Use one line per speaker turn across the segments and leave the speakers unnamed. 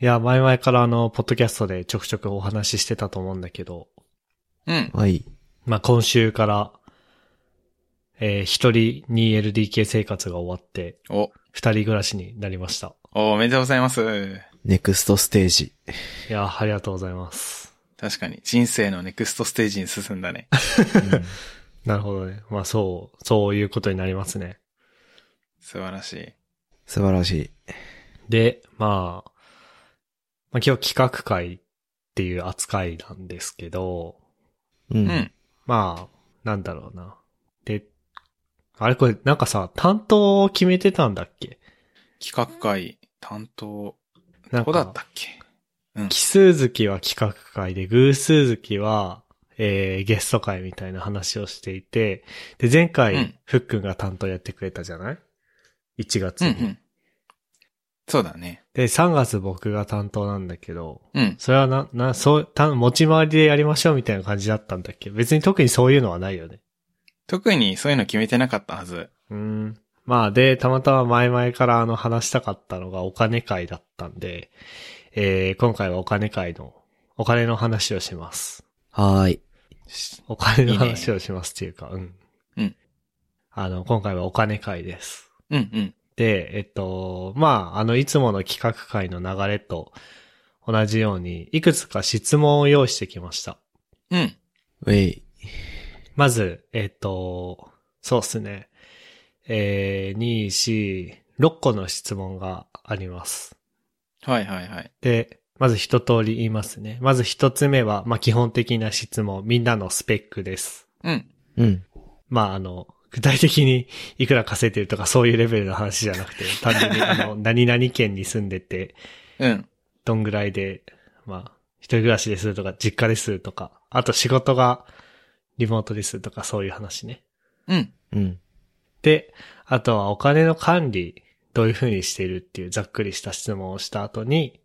いや、前々からあの、ポッドキャストでちょくちょくお話ししてたと思うんだけど、
うん。
はい。
まあ、今週から、えー一人 2LDK 生活が終わって、
お、
二人暮らしになりました。
おめでとうございます。
ネクストステージ。
いや、ありがとうございます。
確かに、人生のネクストステージに進んだね。
なるほどね。まあ、そう、そういうことになりますね。
素晴らしい。
素晴らしい。
で、まあ、まあ、今日企画会っていう扱いなんですけど、
う。
うんん。
まあ、なんだろうな。で、あれこれ、なんかさ、担当を決めてたんだっけ
企画会、担当、
な
ど
ん
こだっ
か、
たっけ
奇数月は企画会で、偶数月は、えー、ゲスト会みたいな話をしていて、で、前回、
うん
ふっくんが担当やってくれたじゃない ?1 月
うんう
に、
ん。そうだね。
で、3月僕が担当なんだけど、
うん。
それはな、な、そう、た持ち回りでやりましょうみたいな感じだったんだっけ別に特にそういうのはないよね。
特にそういうの決めてなかったはず。
うーん。まあ、で、たまたま前々からあの話したかったのがお金会だったんで、えー、今回はお金会の、お金の話をします。
はーい。
し
お金の
いいね
話をしますっていうか、うん。
うん。
あの、今回はお金会です。
うんうん。
で、えっと、まあ、あの、いつもの企画会の流れと同じように、いくつか質問を用意してきました。
うん。
ウェイ。
まず、えっ、と、そうっすね。えー、2、4、6個の質問があります。
はいはいはい。
で、まず一通り言いますね。まず一つ目は、まあ、基本的な質問、みんなのスペックです。
うん。
うん。
まあ、あの、具体的にいくら稼いでるとかそういうレベルの話じゃなくて、単純にあの、何々県に住んでて、
うん。
どんぐらいで、まあ、一人暮らしでするとか、実家でするとか、あと仕事がリモートでするとか、そういう話ね。
うん。
うん。
で、あとはお金の管理、どういうふうにしているっていうざっくりした質問をした後に、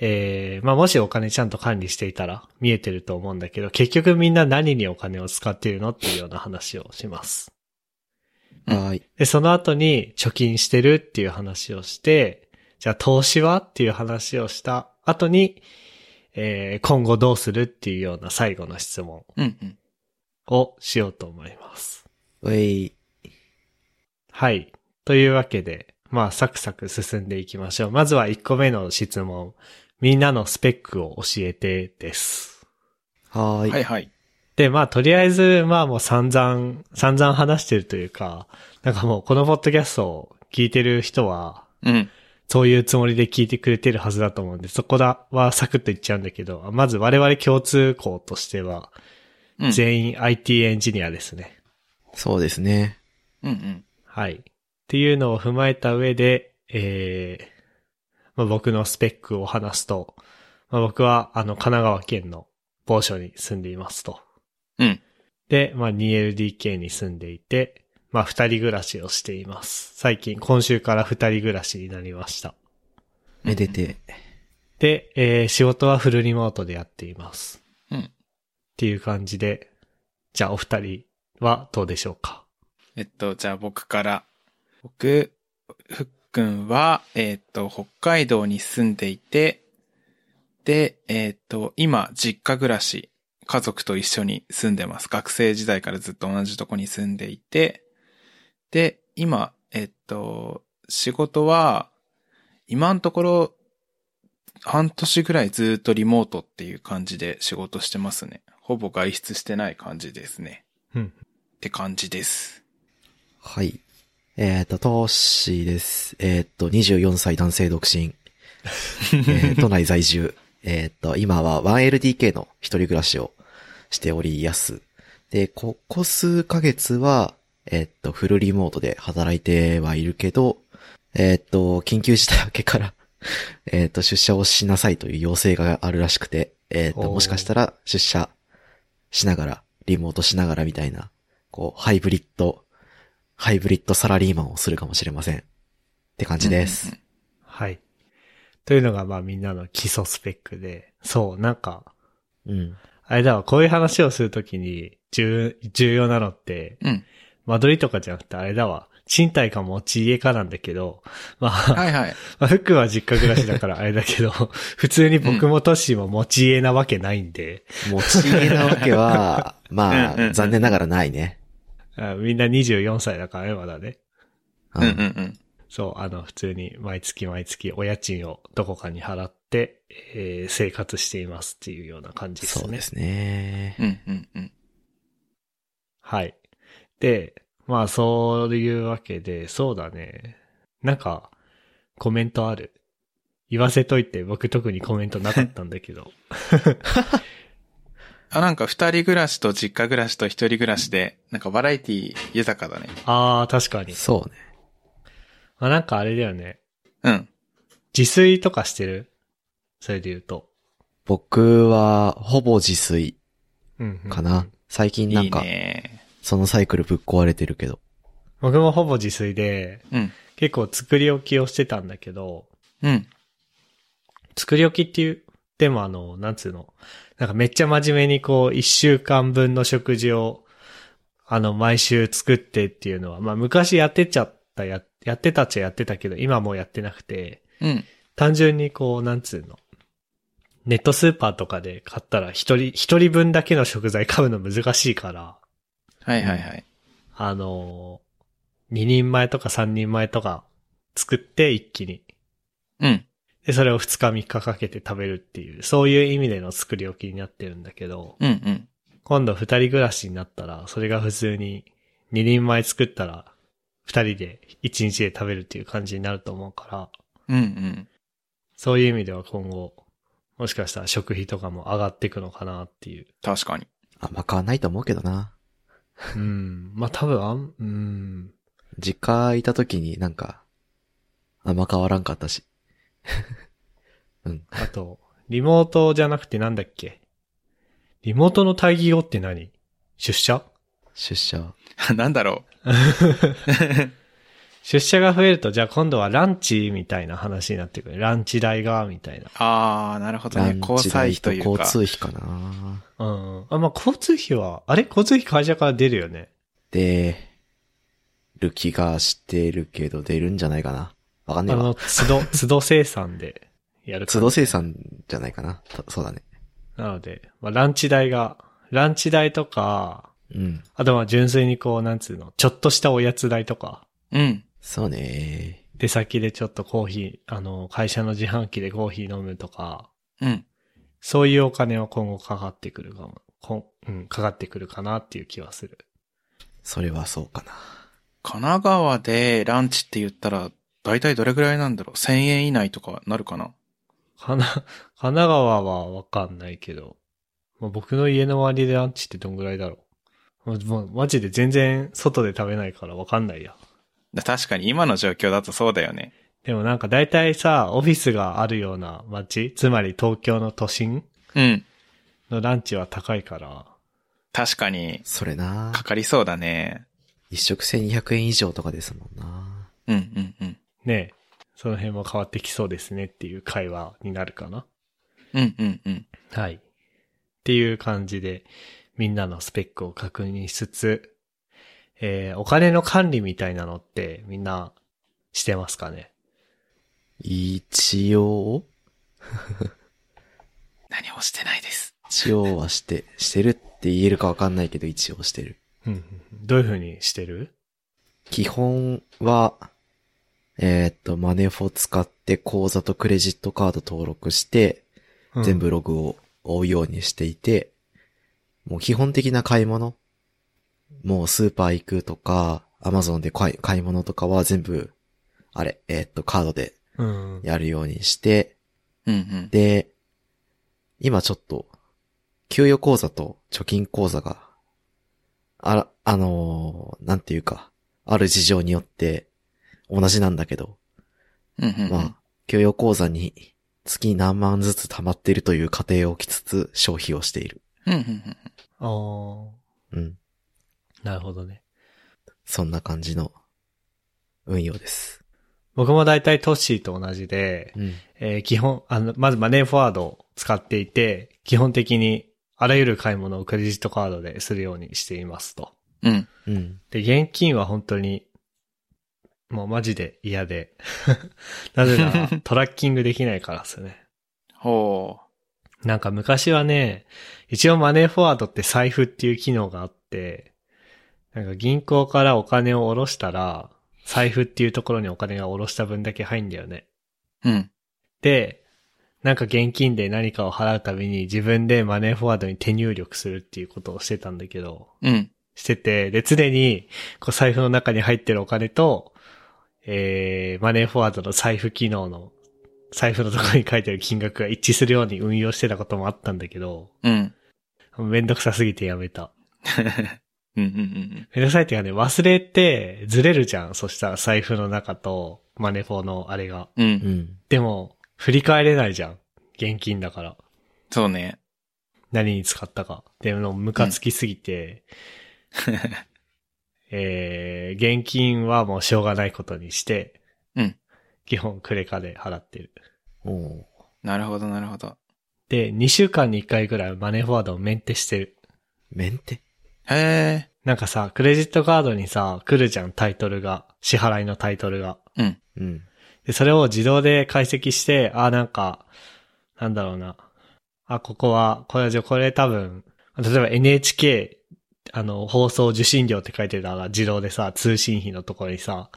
えー、まあ、もしお金ちゃんと管理していたら見えてると思うんだけど、結局みんな何にお金を使っているのっていうような話をします。
うん
はーい。
で、その後に貯金してるっていう話をして、じゃあ投資はっていう話をした後に、えー、今後どうするっていうような最後の質問
うんうん。
をしようと思います。
ウェイ。
はい。というわけで、まあ、サクサク進んでいきましょう。まずは1個目の質問。みんなのスペックを教えてです。
はーい。
はいはい。
で、まあ、とりあえず、まあもう散々、散々話してるというか、なんかもうこのポッドキャストを聞いてる人は、
うん。
そういうつもりで聞いてくれてるはずだと思うんで、そこだはサクッと言っちゃうんだけど、まず我々共通項としては、
うん。
全員 IT エンジニアですね。
そうですね。
うんうん。
はい。っていうのを踏まえた上で、えーまあ、僕のスペックを話すと、まあ、僕はあの神奈川県の某所に住んでいますと。
うん。
で、まあ、2LDK に住んでいて、まあ、二人暮らしをしています。最近、今週から二人暮らしになりました。
めでて。
で、えー仕事はフルリモートでやっています。
うん
っていう感じで、じゃあお二人はどうでしょうか
えっと、じゃあ僕から。僕、ふっくんは、えっと、北海道に住んでいて、で、えっと、今、実家暮らし、家族と一緒に住んでます。学生時代からずっと同じとこに住んでいて、で、今、えっと、仕事は、今のところ、半年ぐらいずっとリモートっていう感じで仕事してますね。ほぼ外出してない感じですね。
うん。
って感じです。
はい。えっ、と、トッシーです。えっ、と、24歳男性 独身。えー都内在住。えっと、今は 1LDK の一人暮らしをしておりやす。で、ここ数ヶ月は、えっと、フルリモートで働いてはいるけど、えっと、緊急事態明けから、 えっと、出社をしなさいという要請があるらしくて、えっと、
おー
もしかしたら出社しながら、リモートしながらみたいな、こう、ハイブリッド、ハイブリッドサラリーマンをするかもしれません。って感じです。
はい。というのが、まあみんなの基礎スペックで、そう、なんか、
うん。
あれだわ、こういう話をするときに重、重要なのって、
うん。
間取りとかじゃなくてあれだわ、賃貸か持ち家かなんだけど、まあ、
はいはい。
まあ、ふっくんは実家暮らしだからあれだけど、 普通に僕もトシも持ち家なわけないんで、
持ち家なわけ は、ま
うんうんう
あ、
ん
残念ながらないね。
あみんな24歳だからね、まだね。
うんうんうん。
そう、あの、普通に毎月毎月お家賃をどこかに払って、えー生活していますっていうような感じですね。
そうですね。
うんうんうん。
はい。で、まあ、そういうわけで、そうだね。なんか、コメントある。言わせといて、僕特にコメントなかったんだけ ど。
あ、なんか二人暮らしと実家暮らしと一人暮らしで、なんかバラエティ豊かだね。
ああ、確かに。
そうね。
まあ、なんかあれだよね。
うん。
自炊とかしてるそれで言うと。
僕は、ほぼ自炊
うん、うん
かな。最近ないん
い
か、
ね。
そのサイクルぶっ壊れてるけど。
僕もほぼ自炊で、
うん。
結構作り置きをしてたんだけど、
うん。
作り置きっていう、でもあの、なんつうの、なんかめっちゃ真面目にこう、一週間分の食事を、あの、毎週作ってっていうのは、まあ昔やってちゃった、や、やってたっちゃやってたけど、今もうやってなくて、
うん。
単純にこう、なんつうの、ネットスーパーとかで買ったら、一人、一人分だけの食材買うの難しいから、
はいはいはい。
あの、二人前とか三人前とか作って一気に
うん。
で、それを2日3日かけて食べるっていう、そういう意味での作り置きになってるんだけど、
うんうん。
今度2人暮らしになったら、それが普通に2人前作ったら、2人で1日で食べるっていう感じになると思うから、
うんうん。
そういう意味では今後、もしかしたら食費とかも上がっていくのかなっていう。
確かに。
あんま変わんないと思うけどな。
うん。まあ、多分あん、うん。
実家いた時になんか、あんま変わらんかったし。うん。
あと、リモートじゃなくてなんだっけリモートの対義語って何出社
出社。
なんだろ。
出社が増えると、じゃあ今度はランチみたいな話になってくる。ランチ代が、みたいう
あー、なるほど
ラ
ね
ン。チ
交際
代
費と
と
いう
交
か。
通費かな。
な。うん。あ、まあ、交通費は、あれ交通費会社から出るよね。
で、る気がしてるけど出るんじゃないかな。わかん
あ
ねえわ。
の、都度、 都度生産でやる
都度生産じゃないかな。たそうだね。
なので、まあ、ランチ代が、ランチ代とか、
うん。
あとは純粋にこう、なんつうの、ちょっとしたおやつ代とか、
うん。
そうね。
出先でちょっとコーヒー、あの、会社の自販機でコーヒー飲むとか、
うん。
そういうお金は今後かかってくるかも、こん、うん、かかってくるかなっていう気はする。
それはそうかな。
神奈川でランチって言ったら、だいたいどれぐらいなんだろう ?1000 円以内とかなるかな
か な、神奈川はわかんないけど、まあ、僕の家の周りでランチってどんぐらいだろう。もう、もうマジで全然外で食べないからわかんないや。
だ確かに今の状況だとそうだよね。
でもなんか大体さ、オフィスがあるような街、つまり東京の都心
うん。
のランチは高いから、
確かに、
それな
か。かりそうだね。
一食1200円以上とかですもんな。
うんうんうん。
ねえ、その辺も変わってきそうですねっていう会話になるかな。
うんうんうん。
はい。っていう感じで、みんなのスペックを確認しつつ、えー、お金の管理みたいなのってみんなしてますかね
一応
何もしてないです。
一応はして、してるって言えるかわかんないけど一応してる。
うんうんうんどういう風にしてる
基本は、えーっと、マネフォ使って口座とクレジットカード登録して、全部。ログを追うようにしていて、もう基本的な買い物、もうスーパー行くとか、アマゾンで買い買い物とかは全部、あれ、えーっと、カードで
うん。
やるようにして、
うんうん。
で、今ちょっと、給与口座と貯金口座が、あら、あのーなんていうか、ある事情によって、同じなんだけど、
うんうんうん。
まあ、給与口座に月に何万ずつ貯まっているという過程を置きつつ消費をしている。
うんうんうん。
あー
うん。
なるほどね。
そんな感じの運用です。
僕も大体トッシーと同じで、
うん。
えー基本、あの、まずマネーフォワードを使っていて、基本的にあらゆる買い物をクレジットカードでするようにしていますと。
うん。
うん。
で、現金は本当にもうマジで嫌で。 なぜなら、トラッキングできないからですよね。
ほ
なんか昔はね、一応マネーフォワードって財布っていう機能があって、なんか銀行からお金を下ろしたら、財布っていうところにお金が下ろした分だけ入んだよね。
う。うん。
で、なんか現金で何かを払うたびに自分でマネーフォワードに手入力するっていうことをしてたんだけど、
うん。
してて、で、常に、こう財布の中に入ってるお金と、えー、マネーフォワードの財布機能の、財布のところに書いてる金額が一致するように運用してたこともあったんだけど、
うん。
めんどくさすぎてやめた。
うんうんうん
めんどくさいっていうかね、忘れてずれるじゃん。そしたら財布の中とマネフォのあれが。
うん。う。
うんん。
でも、振り返れないじゃん。現金だから。
そうね。
何に使ったか。でも、ムカつきすぎて、えー、現金はもうしょうがないことにして、
うん
基本クレカで払ってる。
おー
なるほど、なるほど。
で、2週間に1回ぐらいマネーフォワードをメンテしてる。
メンテ
へ
なんかさ、クレジットカードにさ、来るじゃん、タイトルが。支払いのタイトルが。
え。うん。
うん。
で、それを自動で解析して、あ、なんか、なんだろうな。あ、ここは、これじゃ、これ多分、例えば NHK、あの、放送受信料って書いてたら、自動でさ、通信費のところにさ、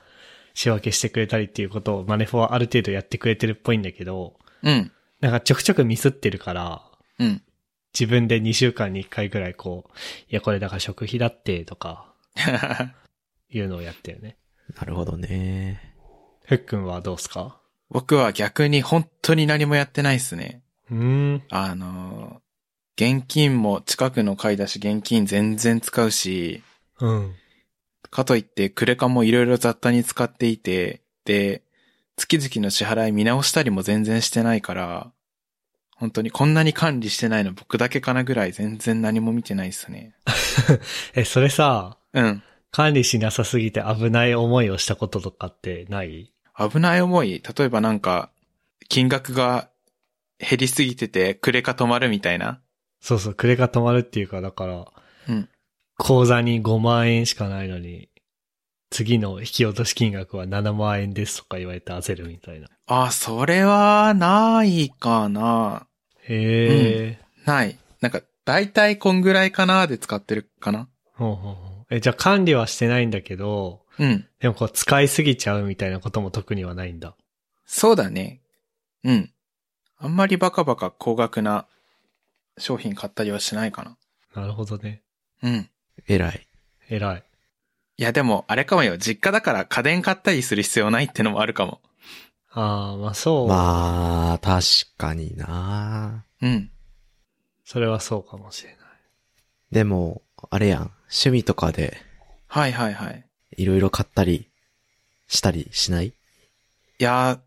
仕分けしてくれたりっていうことをマネフォはある程度やってくれてるっぽいんだけど、
うん。
なんかちょくちょくミスってるから、
うん。
自分で2週間に1回ぐらいこう、いや、これだから食費だって、とか、いうのをやってるね。
なるほどね。
ふっくんはどうすか
僕は逆に本当に何もやってないっすね。
うーん。
あのー、現金も近くの買い出し現金全然使うし、
うん。
かといってクレカもいろいろ雑多に使っていて、で、月々の支払い見直したりも全然してないから、本当にこんなに管理してないの僕だけかなぐらい全然何も見てないっすね。
え、それさ、
うん。
管理しなさすぎて危ない思いをしたこととかってない
危ない思い、例えばなんか、金額が減りすぎててクレカ止まるみたいな。
そうそう、クレカ止まるっていうか、だから、
うん
口座に5万円しかないのに、次の引き落とし金額は7万円ですとか言われて焦るみたいな。
あ、それはないかな。
へえ、
ない。なんか、だいたいこんぐらいかなーで使ってるかな。
ほうほうほうえ、じゃあ管理はしてないんだけど、
うん。
でもこう使いすぎちゃうみたいなことも特にはないんだ。
そうだね。うん。あんまりバカバカ高額な商品買ったりはしないかな。
なるほどね。
うん。
偉い。
偉い。
いや、でも、あれかもよ。実家だから家電買ったりする必要ないってのもあるかも。
ああ、まあそう、
まあ、確かにな
うん。
それはそうかもしれない。
でも、あれやん。趣味とかで、
はいはいはい。
いろいろ買ったり、したりしない
いや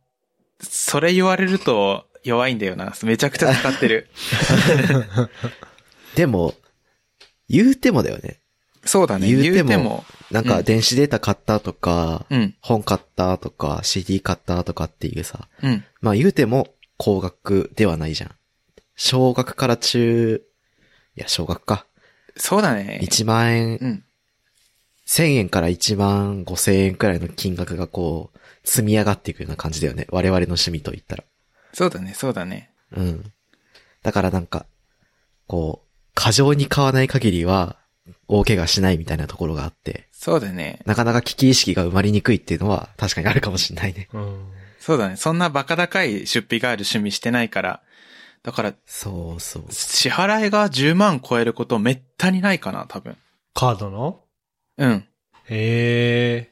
ー、それ言われると弱いんだよな。めちゃくちゃ使ってる。
でも、言うてもだよね。
そうだね。
言う
言
て
う
も
ても。
なん
う
か
ん
電子データ買ったとか、
うん。
本買ったとか、CD 買ったとかっていうさ、
うん。
まあ言うても高額ではないじゃん。小学から中、いや小学か。
そうだね。
1万円、
うん。
1000円から1万5千円くらいの金額がこう、積み上がっていくような感じだよね。我々の趣味と言ったら。
そうだね、そうだね。
うん。だからなんか、こう、過剰に買わない限りは、大怪我しないみたいなところがあって、
そうだね。
なかなか危機意識が生まれにくいっていうのは確かにあるかもしんないね。
うん。
そうだね。そんなバカ高い出費がある趣味してないから。だから、
そうそう。
支払いが10万超えることめったにないかな、多分。
カードの
うん。
へえ。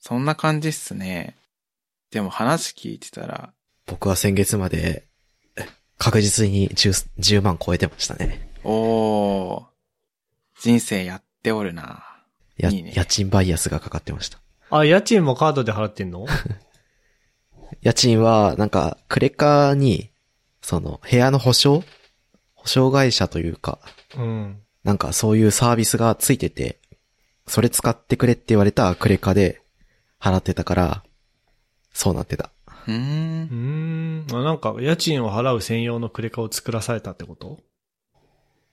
そんな感じっすね。でも話聞いてたら、
僕は先月まで、確実に 10, 10万超えてましたね。
おー、人生やっておるな。
や、
いいね
家賃バイアスがかかってました。
あ、家賃もカードで払ってんの
家賃は、なんか、クレカに、その、部屋の保証保証会社というか、
うん。
なんかそういうサービスがついてて、それ使ってくれって言われたクレカで払ってたから、そうなってた。
うー
うーん。
ん。
あなんか、家賃を払う専用のクレカを作らされたってこと
い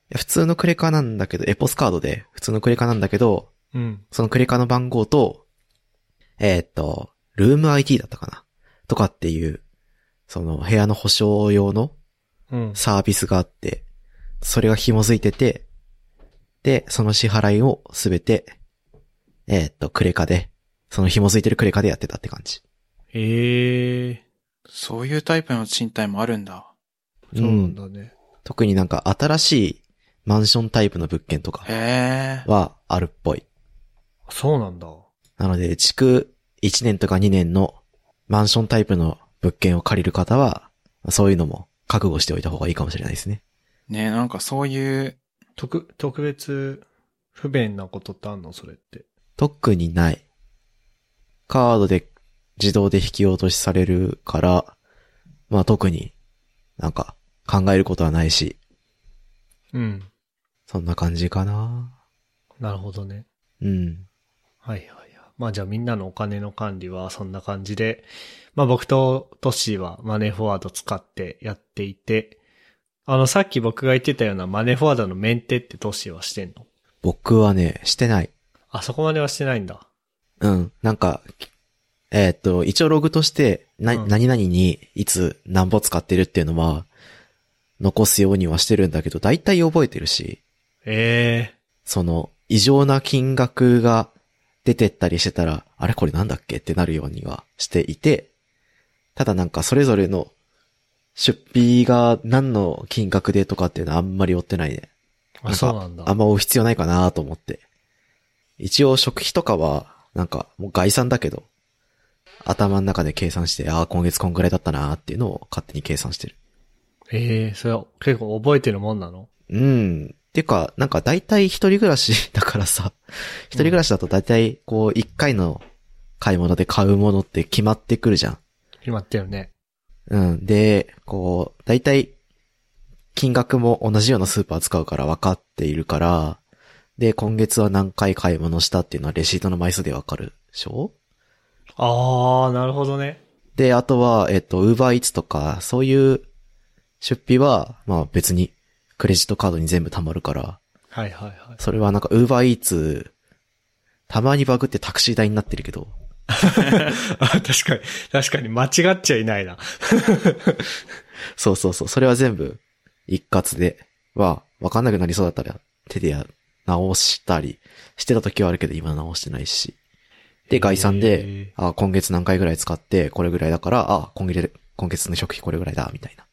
や普通のクレカなんだけど、エポスカードで、普通のクレカなんだけど、
うん。
そのクレカの番号と、えーっと、ルーム IT だったかなとかっていう、その部屋の保証用の
うん。
サービスがあって、それが紐づいてて、で、その支払いをすべて、えーっと、クレカで、その紐づいてるクレカでやってたって感じ。
ええ
そういうタイプの賃貸もあるんだ。
ー、そうなんだね。
特になんか新しいマンションタイプの物件とか
へえ。
はあるっぽい。
そうなんだ。
なので、築1年とか2年のマンションタイプの物件を借りる方は、そういうのも覚悟しておいた方がいいかもしれないですね。
ねなんかそういう、
特、特別不便なことってあんのそれって。
特にない。カードで自動で引き落としされるから、まあ特になんか考えることはないし、
うん。
そんな感じかな。
なるほどね。
うん。
はいはいはい。まあじゃあみんなのお金の管理はそんな感じで、まあ僕とトッシーはマネーフォワード使ってやっていて、あのさっき僕が言ってたようなマネーフォワードのメンテってトッシーはしてんの
僕はね、してない。
あそこまではしてないんだ。
うん。なんか、えーっと、一応ログとして、な、
うん
何々にいつ何歩使ってるっていうのは、残すようにはしてるんだけど、大体覚えてるし、
ええ
その、異常な金額が出てったりしてたら、あれこれなんだっけってなるようにはしていて、ただなんかそれぞれの出費が何の金額でとかっていうのはあんまり追ってないね。
あ、そうなんだ。
あんま追う必要ないかなと思って。一応食費とかは、なんか、もう概算だけど、頭の中で計算して、ああ、今月こんぐらいだったなーっていうのを勝手に計算してる。
ええそれは結構覚えてるもんなの
うん。っていうか、なんか大体一人暮らしだからさ、一人暮らしだと大体こう一回の買い物で買うものって決まってくるじゃん。
決まってるね。
うん。で、こう、大体、金額も同じようなスーパー使うから分かっているから、で、今月は何回買い物したっていうのはレシートの枚数で分かるでしょ
ああ、なるほどね。
で、あとは、えっと、ウーバーイーツとか、そういう出費は、まあ別に、クレジットカードに全部貯まるから、
はいはいはい。
それはなんかウーバーイーツ、たまにバグってタクシー代になってるけど、
あ 確かに、確かに間違っちゃいないな。
そうそうそう。それは全部、一括で、は、わかんなくなりそうだったら、手でや、直したり、してた時はあるけど、今直してないし。
へ
で、
ー
概算で、あ、今月何回ぐらい使って、これぐらいだから、あ、今月、今月の食費これぐらいだ、みたいな。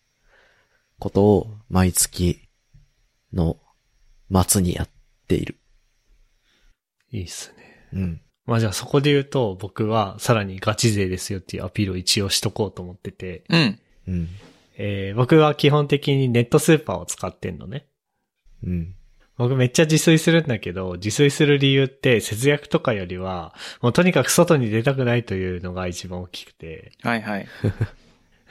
ことを、毎月の末にやっている。
いいっすね。
うん。
まあじゃあそこで言うと、僕はさらにガチ勢ですよっていうアピールを一応しとこうと思ってて、
うん。
うん。
えー僕は基本的にネットスーパーを使ってんのね。
うん。
僕めっちゃ自炊するんだけど、自炊する理由って節約とかよりは、もうとにかく外に出たくないというのが一番大きくて、
はいはい。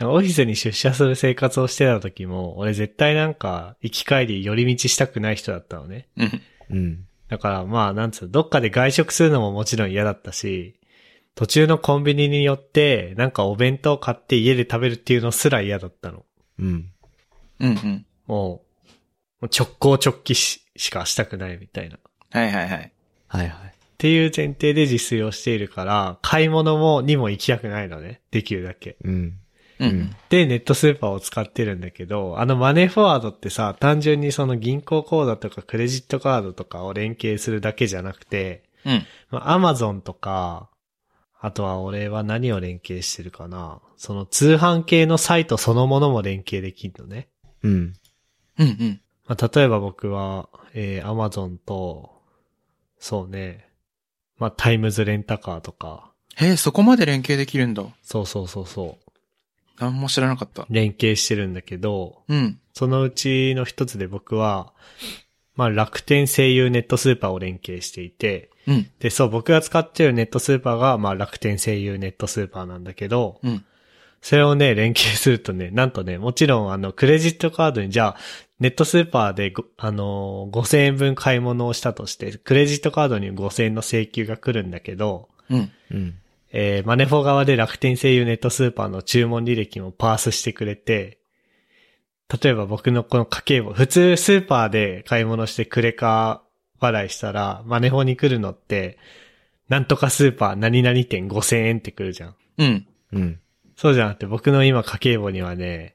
オフィスに出社する生活をしてた時も、俺絶対なんか行き帰り寄り道したくない人だったのね。
うん。
うん。
だからまあ、なんつうの、どっかで外食するのももちろん嫌だったし、途中のコンビニによって、なんかお弁当買って家で食べるっていうのすら嫌だったの。
うん。
うんうん。
もう、もう直行直帰ししかしたくないみたいな。っ
はいはいはい。
はいはい。
ていう前提で自炊をしているから、買い物も、にも行きたくないのね。できるだけ。
うん。
うん。
うん
で、ネットスーパーを使ってるんだけど、あのマネーフォワードってさ、単純にその銀行口座とかクレジットカードとかを連携するだけじゃなくて、
うん。
まあ、アマゾンとか、あとは俺は何を連携してるかな。その通販系のサイトそのものも連携できるのね。
うん。
うんうん。
まあ、例えば僕は、えー、アマゾンと、そうね、まあ、タイムズレンタカーとか、
へえ、そこまで連携できるんだ。
そうそうそうそう、
なんも知らなかった。
連携してるんだけど、
うん。
そのうちの一つで僕は、まあ、楽天声優ネットスーパーを連携していて、
うん。
で、そう、僕が使ってるネットスーパーが、まあ、楽天声優ネットスーパーなんだけど、
うん。
それをね、連携するとね、なんとね、もちろんあの、クレジットカードに、じゃあ、ネットスーパーでご、あのー、5000円分買い物をしたとして、クレジットカードに5000円の請求が来るんだけど、
うん。
うん。
えー、マネフォ側で楽天声優ネットスーパーの注文履歴もパースしてくれて、例えば僕のこの家計簿、普通スーパーで買い物してクレカ払いしたら、マネフォに来るのって、なんとかスーパー何々店5000円って来るじゃん。
うん。
うん。
そうじゃなくて、僕の今家計簿にはね、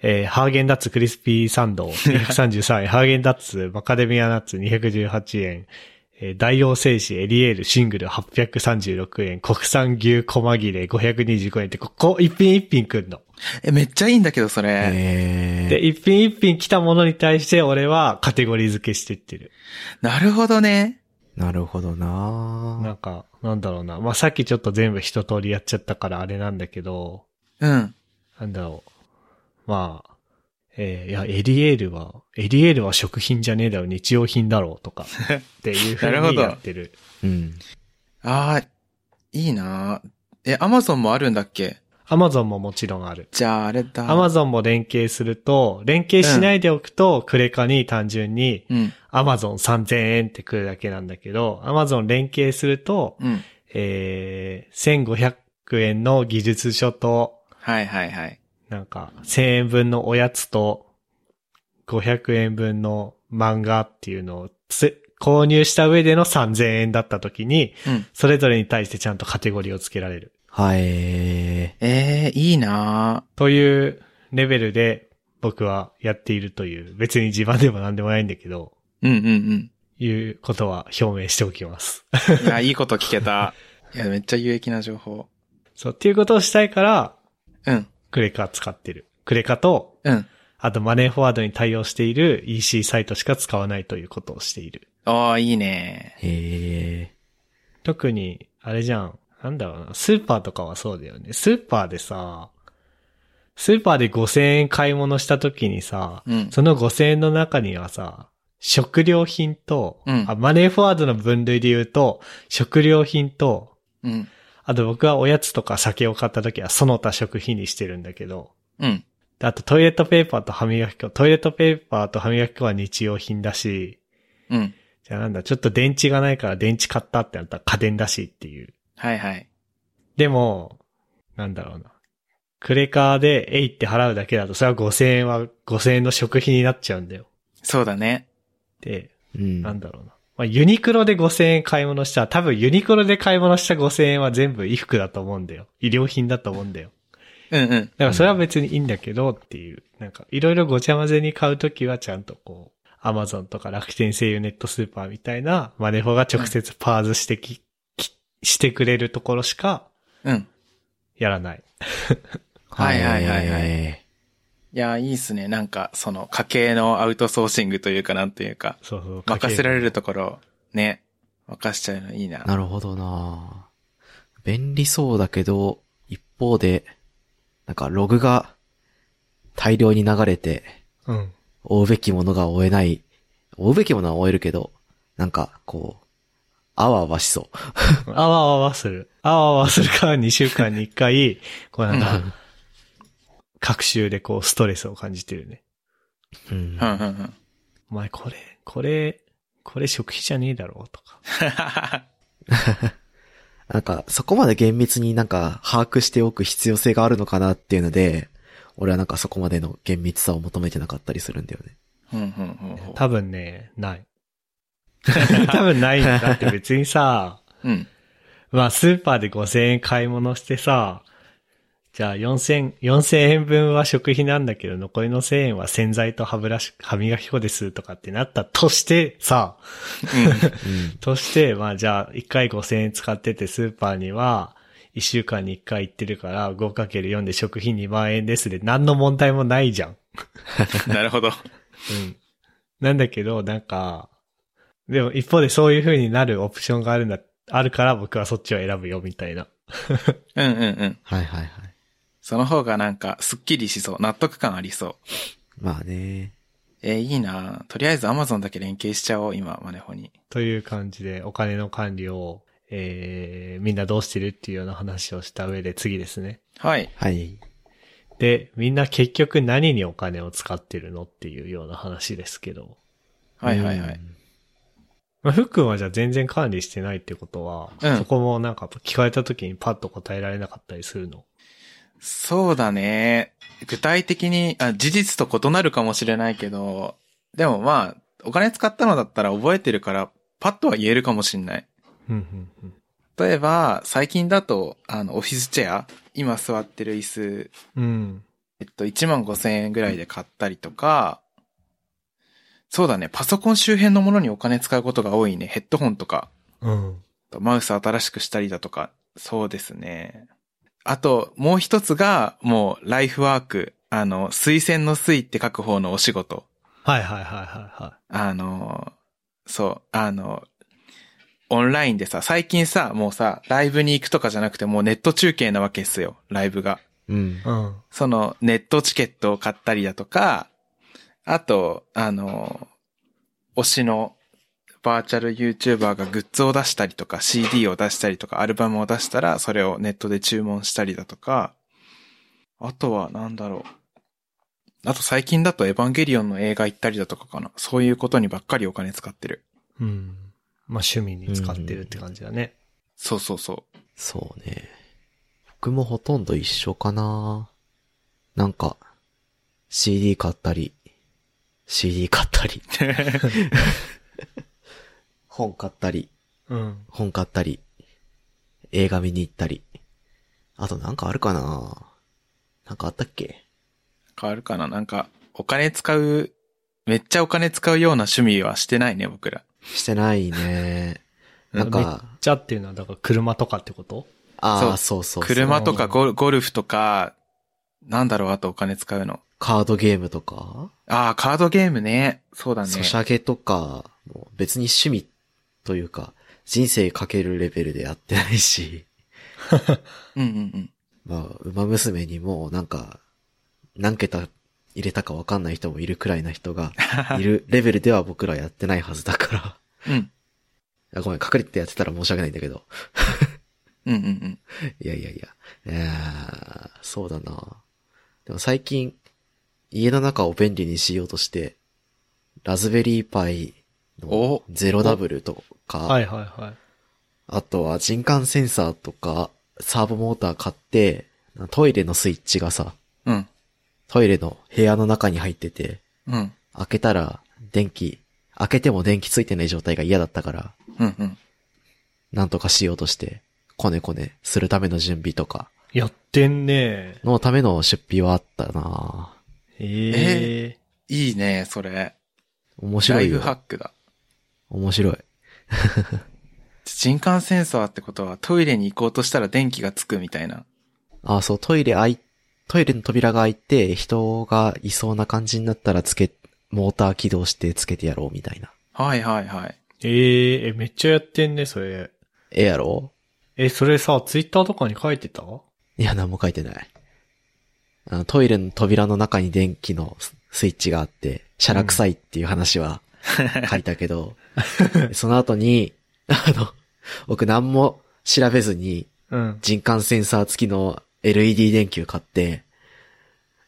えーハーゲンダッツクリスピーサンド233円、ハーゲンダッツマカデミアナッツ218円、えー大王製紙エリエールシングル836円、国産牛細切れ525円って、ここ一品一品来んの。
え、めっちゃいいんだけど、それ。
で、
え
一品一品来たものに対して俺はカテゴリー付けしてってる。
なるほどね。
ー、なるほど
な
なん
か、なんだろうな。まあ、さっきちょっと全部一通りやっちゃったからあれなんだけど、
うん。
なんだろう。まあ、えーいや、エリエールは、エリエールは食品じゃねえだろ、日用品だろうと か、っていうふ
なるほ
うに
ど
やってる。
うん。
ああ、いいなえ、アマゾンもあるんだっけ
アマゾンももちろんある。
じゃあ、あれだ。
アマゾンも連携すると、連携しないでおくと、クレカに単純に、
うん。
アマゾン3000円ってくるだけなんだけど、アマゾン連携すると、
うん。
えー、1500円の技術書と、
はいはいはい。
なんか、1000円分のおやつと、500円分の漫画っていうのをつ、購入した上での3000円だった時に、
うん。
それぞれに対してちゃんとカテゴリーをつけられる。
はい。
ええいいな
というレベルで僕はやっているという、別に自慢でも何でもないんだけど、
う んうん
いうことは表明しておきます。
うん。いや、いいこと聞けた。いや、めっちゃ有益な情報。
そう、っていうことをしたいから、
うん。
クレカ使ってる。クレカと、
うん。
あとマネーフォワードに対応している EC サイトしか使わないということをしている。
ああ、いいね。
え
特に、あれじゃん。なんだろうな。スーパーとかはそうだよね。スーパーでさ、スーパーで5000円買い物した時にさ、
うん。
その5000円の中にはさ、食料品と、
うん
あマネーフォワードの分類で言うと、食料品と、
うん。
あと僕はおやつとか酒を買った時はその他食費にしてるんだけど、
うん。
であとトイレットペーパーと歯磨き粉、トイレットペーパーと歯磨き粉は日用品だし、
うん。
じゃあなんだ、ちょっと電池がないから電池買ったってなったら家電だしっていう。
はいはい。
でも、なんだろうな。クレカで、えいって払うだけだと、それは5000円は5000円の食費になっちゃうんだよ。
そうだね。
で、
ー。うん。。
なんだろうな。まあ、ユニクロで5000円買い物したら、多分ユニクロで買い物した5000円は全部衣服だと思うんだよ。衣料品だと思うんだよ。
うんうん。
だからそれは別にいいんだけどっていう、なんかいろいろごちゃ混ぜに買うときはちゃんとこう、アマゾンとか楽天製油ネットスーパーみたいなマネホが直接パーズしてき、きしてくれるところしか
うん。
やらない。
はいはいはいはいいや、いいっすね。なんか、その、家計のアウトソーシングというかなんというか、
そうそう。
任せられ
る。
るところ、ね、任しちゃうのいいな。
なるほどな便利そうだけど、一方で、なんかログが大量に流れて、
うん。
追うべきものが追えない。追うべきものは追えるけど、なんか、こう、あわあわしそう。
あわあわする。あわあわするから2週間に1回、こうなんか、各週でこうストレスを感じてるね。
うん
うんうんうん。
お前これ、これ、これ食費じゃねえだろうとか。
なんか、そこまで厳密になんか、把握しておく必要性があるのかなっていうので、俺はなんかそこまでの厳密さを求めてなかったりするんだよね。
うんうんう んうん
多分ね、ない。 多分ないんだだって別にさ、
うん。
まあスーパーで5000円買い物してさ、じゃあ4000、4000円分は食費なんだけど残りの1000円は洗剤と歯ブラシ、歯磨き粉ですとかってなったとしてさ、として、まあじゃあ1回5000円使っててスーパーには1週間に1回行ってるから 5×4 で食費2万円ですで何の問題もないじゃん。
うん。 なるほど。
うん。なんだけど、なんか、でも一方でそういう風になるオプションがあるんだ、あるから僕はそっちを選ぶよみたいな。
うんうんうん。
はいはいはい。
その方がなんか、すっきりしそう。納得感ありそう。
まあね。
えーいいなとりあえず Amazon だけ連携しちゃおう、今、マネホに。
という感じでお金の管理を、えー、みんなどうしてるっていうような話をした上で次ですね。
はい。
はい。
で、みんな結局何にお金を使ってるのっていうような話ですけど。
はいはいはい。
まあ、ふっくんはじゃあ全然管理してないってことは、
うん
そこもなんか聞かれた時にパッと答えられなかったりするの。
そうだね。具体的にあ、事実と異なるかもしれないけど、でもまあ、お金使ったのだったら覚えてるから、パッとは言えるかもしんない。
うんうんうん。
例えば、最近だと、あの、オフィスチェア、今座ってる椅子、
うん。
えっと、1万5千円ぐらいで買ったりとか、そうだね、パソコン周辺のものにお金使うことが多いね。ヘッドホンとか、
うん。
マウス新しくしたりだとか、そうですね。あと、もう一つが、もう、ライフワーク。あの、推薦の推って書く方のお仕事。
はいはいはいはいは
あの、そう、あの、オンラインでさ、最近さ、もうさ、ライブに行くとかじゃなくて、もうネット中継なわけっすよ、ライブが。
うん
い。。うん。
その、ネットチケットを買ったりだとか、あと、あの、推しのバーチャル YouTuber がグッズを出したりとか、CD を出したりとか、アルバムを出したら、それをネットで注文したりだとか、あとは、なんだろう。あと最近だとエヴァンゲリオンの映画行ったりだとかかな。そういうことにばっかりお金使ってる。
うん。まあ、趣味に使ってるって感じだね。
そうそうそう。
そうね。僕もほとんど一緒かななんか、CD 買ったり、CD 買ったり、 本買ったり、
うん。
本買ったり、映画見に行ったり。あとなんかあるかななんかあったっけ
変わるかななんか、お金使う、めっちゃお金使うような趣味はしてないね、僕ら。
してないね。なん
めっ
か、
ちゃっていうのは、だから車とかってこと
ああ、そうそうそう。
車とかゴルゴルフとか、なんだろう、あとお金使うの。
カードゲームとか、
ああ、カードゲームね。そうだね。
ソシャゲとか、もう別に趣味というか、人生かけるレベルでやってないし、
うんうんうん。
まあ、馬娘にもなんか、何桁入れたかわかんない人もいるくらいな 人がいるレベルでは僕らやってないはずだから
うん。
あ。ごめん、隠れてやってたら申し訳ないんだけど。
うんうんうん。
いやいやいや。えー、そうだな。でも最近、家の中を便利にしようとして、ラズベリーパイの
お
ゼロダブルと
は
か、
いはいはい。
あとは人感センサーとか、サーボモーター買って、トイレのスイッチがさ、
うん。
トイレの部屋の中に入ってて、
うん。
開けたら電気、開けても電気ついてない状態が嫌だったから、
うんうん。
なんとかしようとして、こねこねするための準備とか、
やってんね
のための出費はあったな
ええ
いいね、それ。
面白
ライ
い
フ
よ。
ハックだ。
面白い。
人感センサーってことは、トイレに行こうとしたら電気がつくみたいな。
あ、そう、トイレ開い、トイレの扉が開いて、人がいそうな感じになったらつけ、モーター起動してつけてやろうみたいな。
はいはいはい。
えええ、めっちゃやってんね、それ。
ええやろ
え、それさ、ツイッターとかに書いてた
いや、何も書いてない。あの、トイレの扉の中に電気のススイッチがあって、シャラ臭いっていう話は書いたけど、 その後に、あの、僕何も調べずに、
うん。
人感センサー付きの LED 電球買って、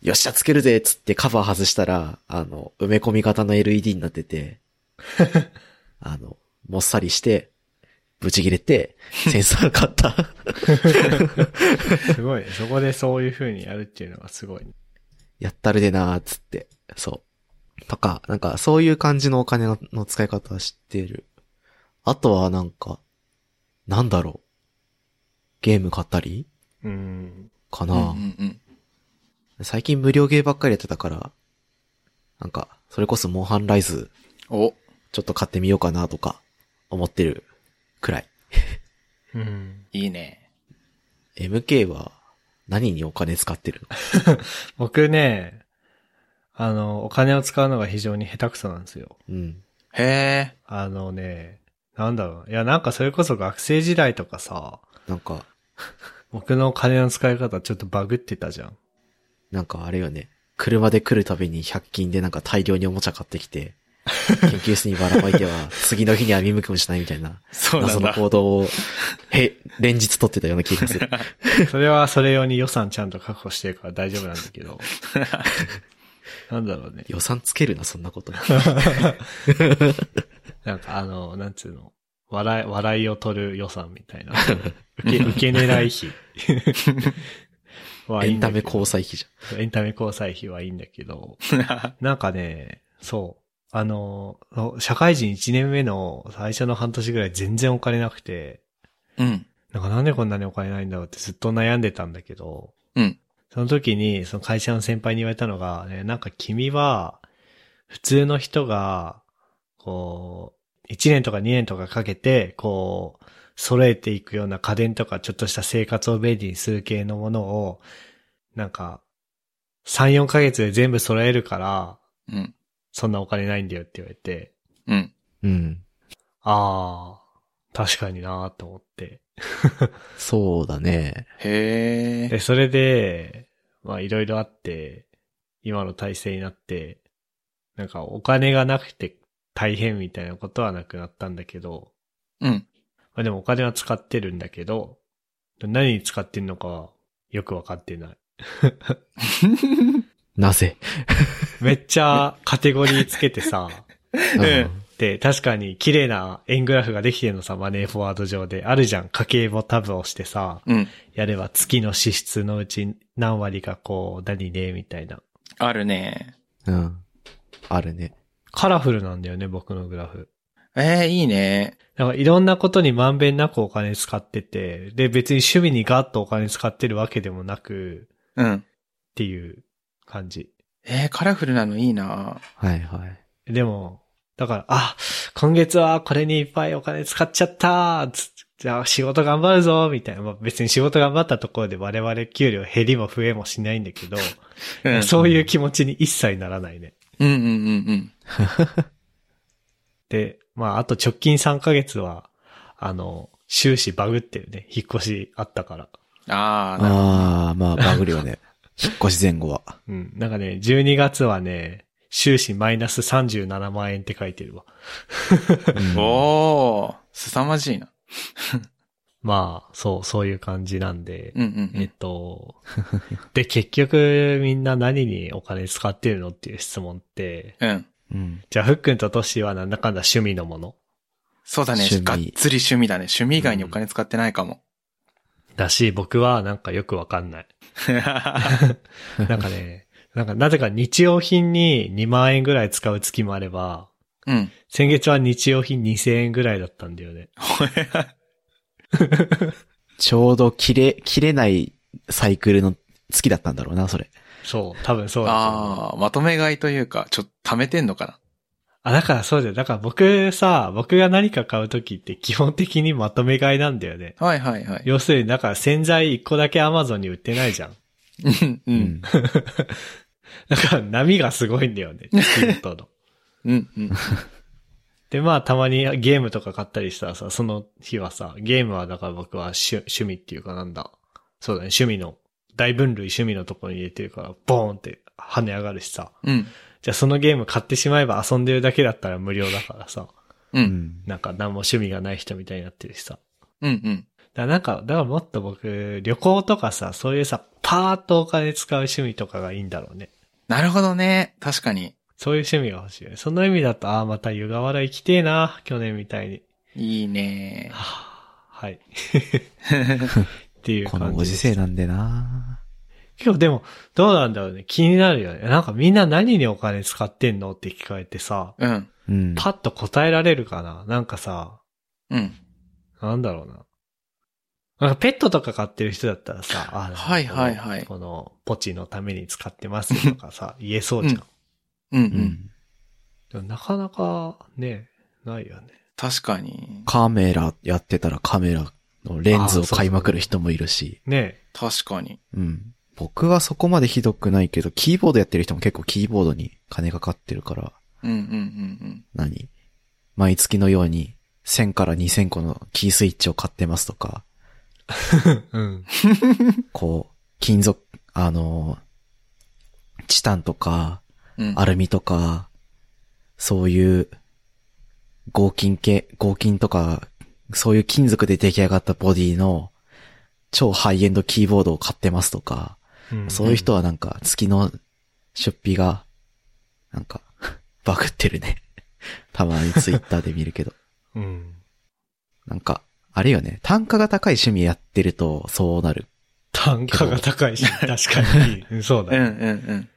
よっしゃ、つけるぜっつってカバー外したら、あの、埋め込み型の LED になってて、あの、もっさりして、ブチ切れて、センサー買った。
すごいね。そこでそういう風にやるっていうのがすごいね。
やったるでなーっつって、そう。とか、なんか、そういう感じのお金のの使い方は知ってる。あとは、なんか、なんだろう。ゲーム買ったり
うん。
か
う
な、
んうんうん。
最近無料ゲーばっかりやってたから、なんか、それこそモンハンライズ、
お。
ちょっと買ってみようかなとか、思ってるくらい。
うん。
いいね。
MK は、何にお金使ってる
僕ね、あの、お金を使うのが非常に下手くそなんですよ。
のうん。
へえ。
あのね、なんだろう。いや、なんかそれこそ学生時代とかさ、
なんか、
僕の金の使い方ちょっとバグってたじゃん。
なんかあれよね。車で来るたびに100均でなんか大量におもちゃ買ってきて、 研究室にばらまいては、次の日には見向きもしないみたいな、
そうな
謎
ん
の
だ。
行動を、へ、連日取ってたような気が する。
それはそれ用に予算ちゃんと確保してるから大丈夫なんだけ ど。なんだろうね。
予算つけるな、そんなこと。
なんかあの、なんつうの。笑い、笑いを取る予算みた いな。受け、受け狙い費。 は
エ
いい
ン
ん
タ
だ
メ
けど
交際費じ
エンタメ交際費はいいんだけど。なんかね、そう。あの、社会人1年目の最初の半年ぐらい全然お金なくて、
うん。
なんかなんでこんなにお金ないんだろうってずっと悩んでたんだけど、
うん。
その時に、その会社の先輩に言われたのが、ね、なんか君は、普通の人が、こう、1年とか2年とかかけて、こう、揃えていくような家電とか、ちょっとした生活を便利にする系のものを、なんか、3、4ヶ月で全部揃えるから、
うん。
そんなお金ないんだよって言われて、
うん。
うん。
ああ、確かになーと思って。
そうだね。
へ
で、
え。
それで、まあいろいろあって、今の体制になって、なんかお金がなくて大変みたいなことはなくなったんだけど、
うん。
まあでもお金は使ってるんだけど、何に使ってんのかはよくわかってない。
なぜ、
めっちゃカテゴリーつけてさ、
うん
で、確かに綺麗な円グラフができてるのさ、マネーフォワード上で。あるじゃん。家計簿タブをしてさ、
うん。
やれば月の支出のうち何割がこう、何ね、みたいな。
あるね。
うん。あるね。
カラフルなんだよね、僕のグラフ。
ええ、いいね。
だからいろんなことにまんべんなくお金使ってて、で別に趣味にガッとお金使ってるわけでもなく、
うん。
っていう感じ。
ええ、カラフルなのいいな
はいはい。
でも、だから、あ、今月はこれにいっぱいお金使っちゃったつじゃあ仕事頑張るぞみたいな。まあ、別に仕事頑張ったところで我々給料減りも増えもしないんだけど、
うん。
そういう気持ちに一切ならないね。
うんうんうんうん。
で、まあ、あと直近3ヶ月は、あの、終始バグってるね。引っ越しあったから。
ああ、なるほ
ああ、まあ、バグるよ ね。引っ越し前後は。
うん。なんかね、12月はね、終始マイナス37万円って書いてるわ。
うん
ど。おー、凄まじいな。
まあ、そう、そういう感じなんで。
うんうんう
えっ
ん。
と、で、結局みんな何にお金使ってるのっていう質問って、
うん。
うん。
じゃあ、ふっくんとトシはなんだかんだ趣味のもの
そうだね
趣。味
がっつり趣味だね。趣味以外にお金使ってないかも。
だし、僕はなんかよくわかん ない。なんかね、なんかなぜか日用品に2万円ぐらい使う月もあれば、
うん。
先月は日用品2000円ぐらいだったんだよね。
ちょうど切れ、切れないサイクルの月だったんだろうな、それ。
そう、多分そうだと思う
ああ、まとめ買いというか、ちょっと貯めてんのか
あ、だからそうだよ。だから僕さ、僕が何か買うときって基本的にまとめ買いなんだよね。
な。はいはいはい。
要するに、だから洗剤1個だけ Amazon に売ってないじゃん。
うんう。。
うん
だから波がすごいんだよね、チケットの。
うんうん。
で、まあ、たまにゲームとか買ったりしたらさ、その日はさ、ゲームはだから僕は趣趣味っていうかなんだ。そうだね、趣味の、大分類趣味のところに入れてるから、ボーンって跳ね上がるしさ。
うん。
じゃあそのゲーム買ってしまえば遊んでるだけだったら無料だからさ、
う。
うんん。
なんか何も趣味がない人みたいになってるしさ。
うんうん。
だからなんか、だからもっと僕、旅行とかさ、そういうさ、パーッとお金使う趣味とかがいいんだろうね。
なるほどね。確かに。
そういう趣味が欲しいよね。その意味だと、ああ、また湯河原行きてえな、去年みたいに。
いいね。
はあはい。っていう
こ
感じ。
のご時世なんでな。
結構でも、どうなんだろうね。気になるよね。なんかみんな何にお金使ってんのって聞かれてさ、
うん。
うん。
パッと答えられるかななんかさ、
うん。
なんだろうな。なんかペットとか飼ってる人だったらさ、あなんか
はいはいはい
このこのポチのために使ってますとかさ、言えそうじゃん。
うんう。
うんん。
でもなかなかね、ないよね。
確かに。
カメラやってたらカメラのレンズを買いまくる人もいるし。
ね
確かに。
うん。僕はそこまでひどくないけど、キーボードやってる人も結構キーボードに金かかってるから、
うんうんうん
何毎月のように1000から2000個のキースイッチを買ってますとか、
うん。
こう、金属、あのー、チタンとか、
うん。うん。
アルミとか、そういう、合金系、合金とか、そういう金属で出来上がったボディの、超ハイエンドキーボードを買ってますとか、
うん
そういう人はなんか月の出費が、なんか、 バグってるね。 たまにツイッターで見るけど。
うん。
なんか、あれよね、単価が高い趣味やってるとそうなる。
単価が高いし、確かに。うんそう
う
だ
んう
ね。
ん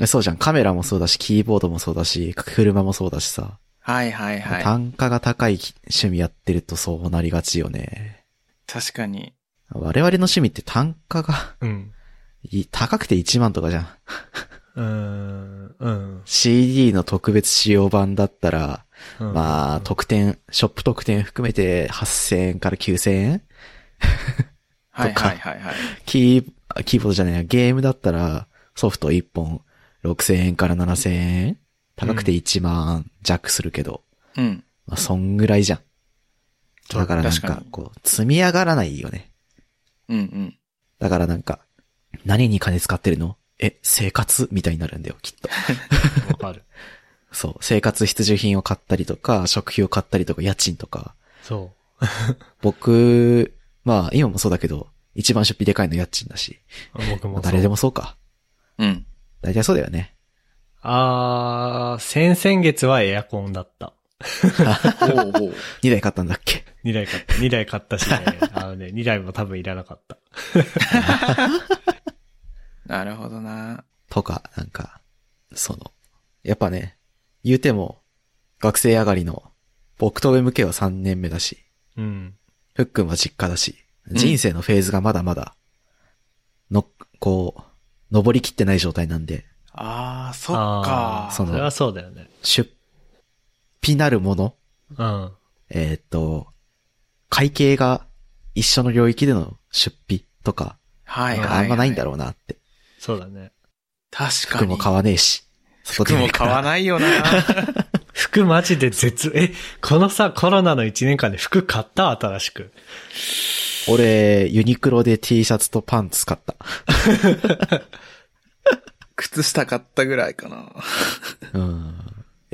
うん。
そうじゃん、カメラもそうだし、キーボードもそうだし、車もそうだしさ。
はいはいはい。
単価が高い趣味やってるとそうなりがちよね。
確かに。
我々の趣味って単価が
うん。
いい高くて1万とかじゃん。
うーん。うん。
CD の特別仕様版だったら、
うん
まあ、特典、ショップ特典含めて8000円から9000円
はい
とか
はいはいはい。
キー、あキーボードじゃないや、ゲームだったらソフト1本6000円から7000円高くて1万弱するけど、
うん。
まあ、そんぐらいじゃん。
そう
だからなん
確か
か
に、
こう、積み上がらないよね。
うんうん。
だからなんか、何に金使ってるのえ、生活みたいになるんだよ、きっと。
わかる。
そう、生活必需品を買ったりとか、食費を買ったりとか、家賃とか。
そ
僕、まあ、今もそうだけど、一番出費でかいの家賃だし、
う。僕もそう。
誰でもそうか。
うん。
大体そうだよね。
あー、先々月はエアコンだった。
おうおう。
2台買ったんだっけ
2台買った。2台買ったしね。あのね、2台も多分いらなかった。
なるほどな。
とか、なんか、その、やっぱね、言うても、学生上がりの、僕と MK は3年目だし、
うん。
ふっくんは実家だし、
ん
人生のフェーズがまだまだ、の、こう、登りきってない状態なんで、
ああ、そっか
あー。
そ
そ
の
れはそうだよね。
出費なるもの、
うん。
えーっと、会計が一緒の領域での出費とか、
はいはい、
な
は
んか
い。
あんまないんだ
ろ。
ろうなって。
そうだね。
確か
服
に。
も買わねえし。
服も買わ
い。
ない よな。
服マジで絶、え、このさ、コロナの1年間で服買った新しく。
俺、ユニクロで T シャツとパンツ買った。
靴下買ったぐらいかな。
うん。い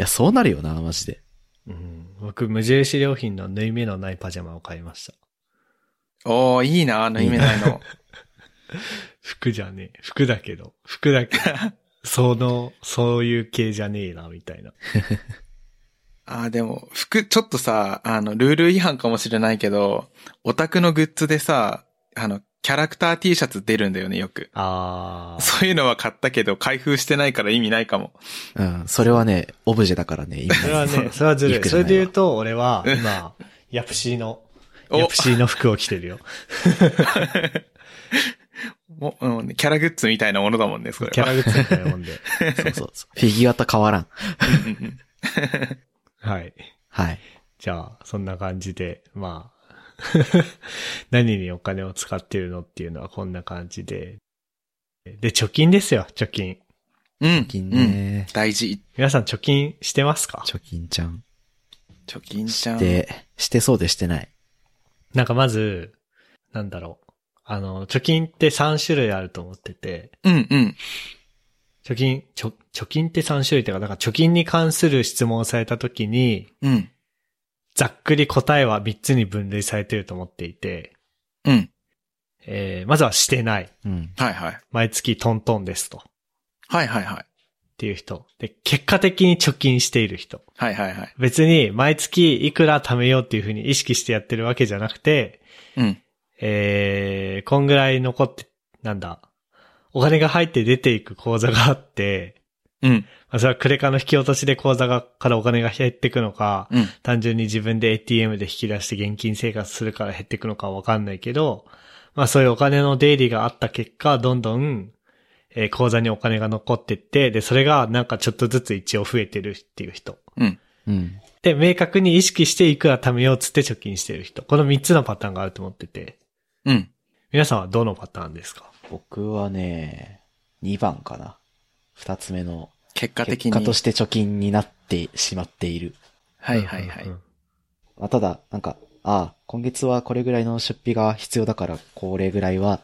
や、そうなるよな、マジで。
うん。僕、無印良品の縫い目のないパジャマを買いました。
おー、いいな、縫い目ないの。
服じゃねえ。服だけど。服だけ ど。その、そういう系じゃねえな、みたいな。
ああ、でも、服、ちょっとさ、あの、ルール違反かもしれないけど、オタクのグッズでさ、あの、キャラクター T シャツ出るんだよね、よく。
あー。
そういうのは買ったけど、開封してないから意味ないかも。
うん。それはね、オブジェだからね、今。
それはね、それはずる
い
い。
くじ
そ
ゃな
れ
い
で
わ
言うと、俺は、今、ヤプシーの、ヤ
お
プ、シーの服を着て るよ。
もうん、キャラグッズみたいなものだもんね、それ
キャ
は。
ラグッズみたいなもん で。
そうそうそう。フィギュアと変わらん。
うんうんうん
はい。
はい。
じゃあ、そんな感じで、まあ、 何にお金を使ってるのっていうのはこんな感じで。で、貯金ですよ、貯金。
うん。
貯金
うん。
ね、
大事。
皆さん貯金してますか
貯金ちゃん。
貯金ちゃん。
して、してそうでしてない。
なんかまず、なんだろう。あの、貯金って3種類あると思ってて、
うんうん。
貯金、貯、貯金って3種類っていうか、なんか貯金に関する質問をされた時に、
うん。
ざっくり答えは3つに分類されてると思っていて、
うん。
えー、まずはしてない。
うん。
はいはい。
毎月トントンですと。っ
はいはいはい。
ていう人。で、結果的に貯金している人。
はいはいはい。
別に毎月いくら貯めようっていうふうに意識してやってるわけじゃなくて、
うん。
えー、こんぐらい残って、なんだ、お金が入って出ていく口座があって、
うん。
まあ、それはクレカの引き落としで口座が、からお金が減っていくのか、
うん。
単純に自分で ATM で引き出して現金生活するから減っていくのかはわかんないけど、まあそういうお金の出入りがあった結果、どんどん、えー口座にお金が残ってって、で、それがなんかちょっとずつ一応増えてるっていう人。
うん。
で、明確に意識していくら貯めようっつって貯金してる人。この3つのパターンがあると思ってて、
うん。
皆さんはどのパターンですか
僕はね、2番かな。2つ目の、
結果的
結
に。
果として貯金になってしまっている。
はいはいはい。
うんうんうん
まあ、ただ、なんか、ああ、今月はこれぐらいの出費が必要だから、これぐらいは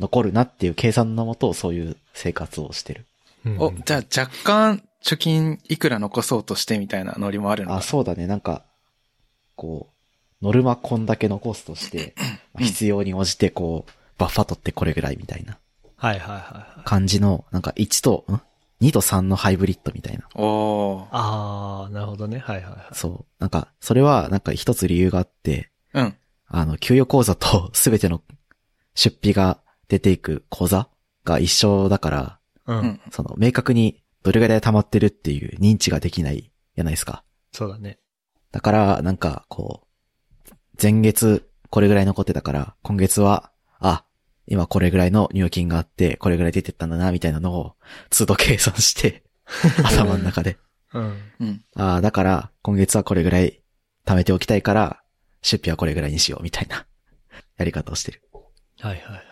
残るなっていう計算のもと、そういう生活をしてる。
うん
お、じゃあ若干貯金いくら残そうとしてみたいなノリもあるのか
あ、そうだね、なんか、こう、ノルマこんだけ残すと して、まあ必要に応じて、こう、バッファ取ってこれぐらいみたいな
はいはいはいはい。
感じの、なんか1と、ん ?2 と3のハイブリッドみたいな。
おー。
あー、なるほどね。はいはいはい。
そう。なんか、それは、なんか一つ理由があって、
うん。
あの、給与口座とすべての出費が出ていく口座が一緒だから、
うん。
うん。
その、明確にどれぐらい溜まってるっていう認知ができないじゃないですか。
そうだね。
だから、なんか、こう、前月、これぐらい残ってたから、今月は、あ、今これぐらいの入金があって、これぐらい出てったんだな、みたいなのを、都度計算して、頭の中で。
うん。
うん。
ああ、だから、今月はこれぐらい貯めておきたいから、出費はこれぐらいにしよう、みたいな、 やり方をしてる。
はいはいはい。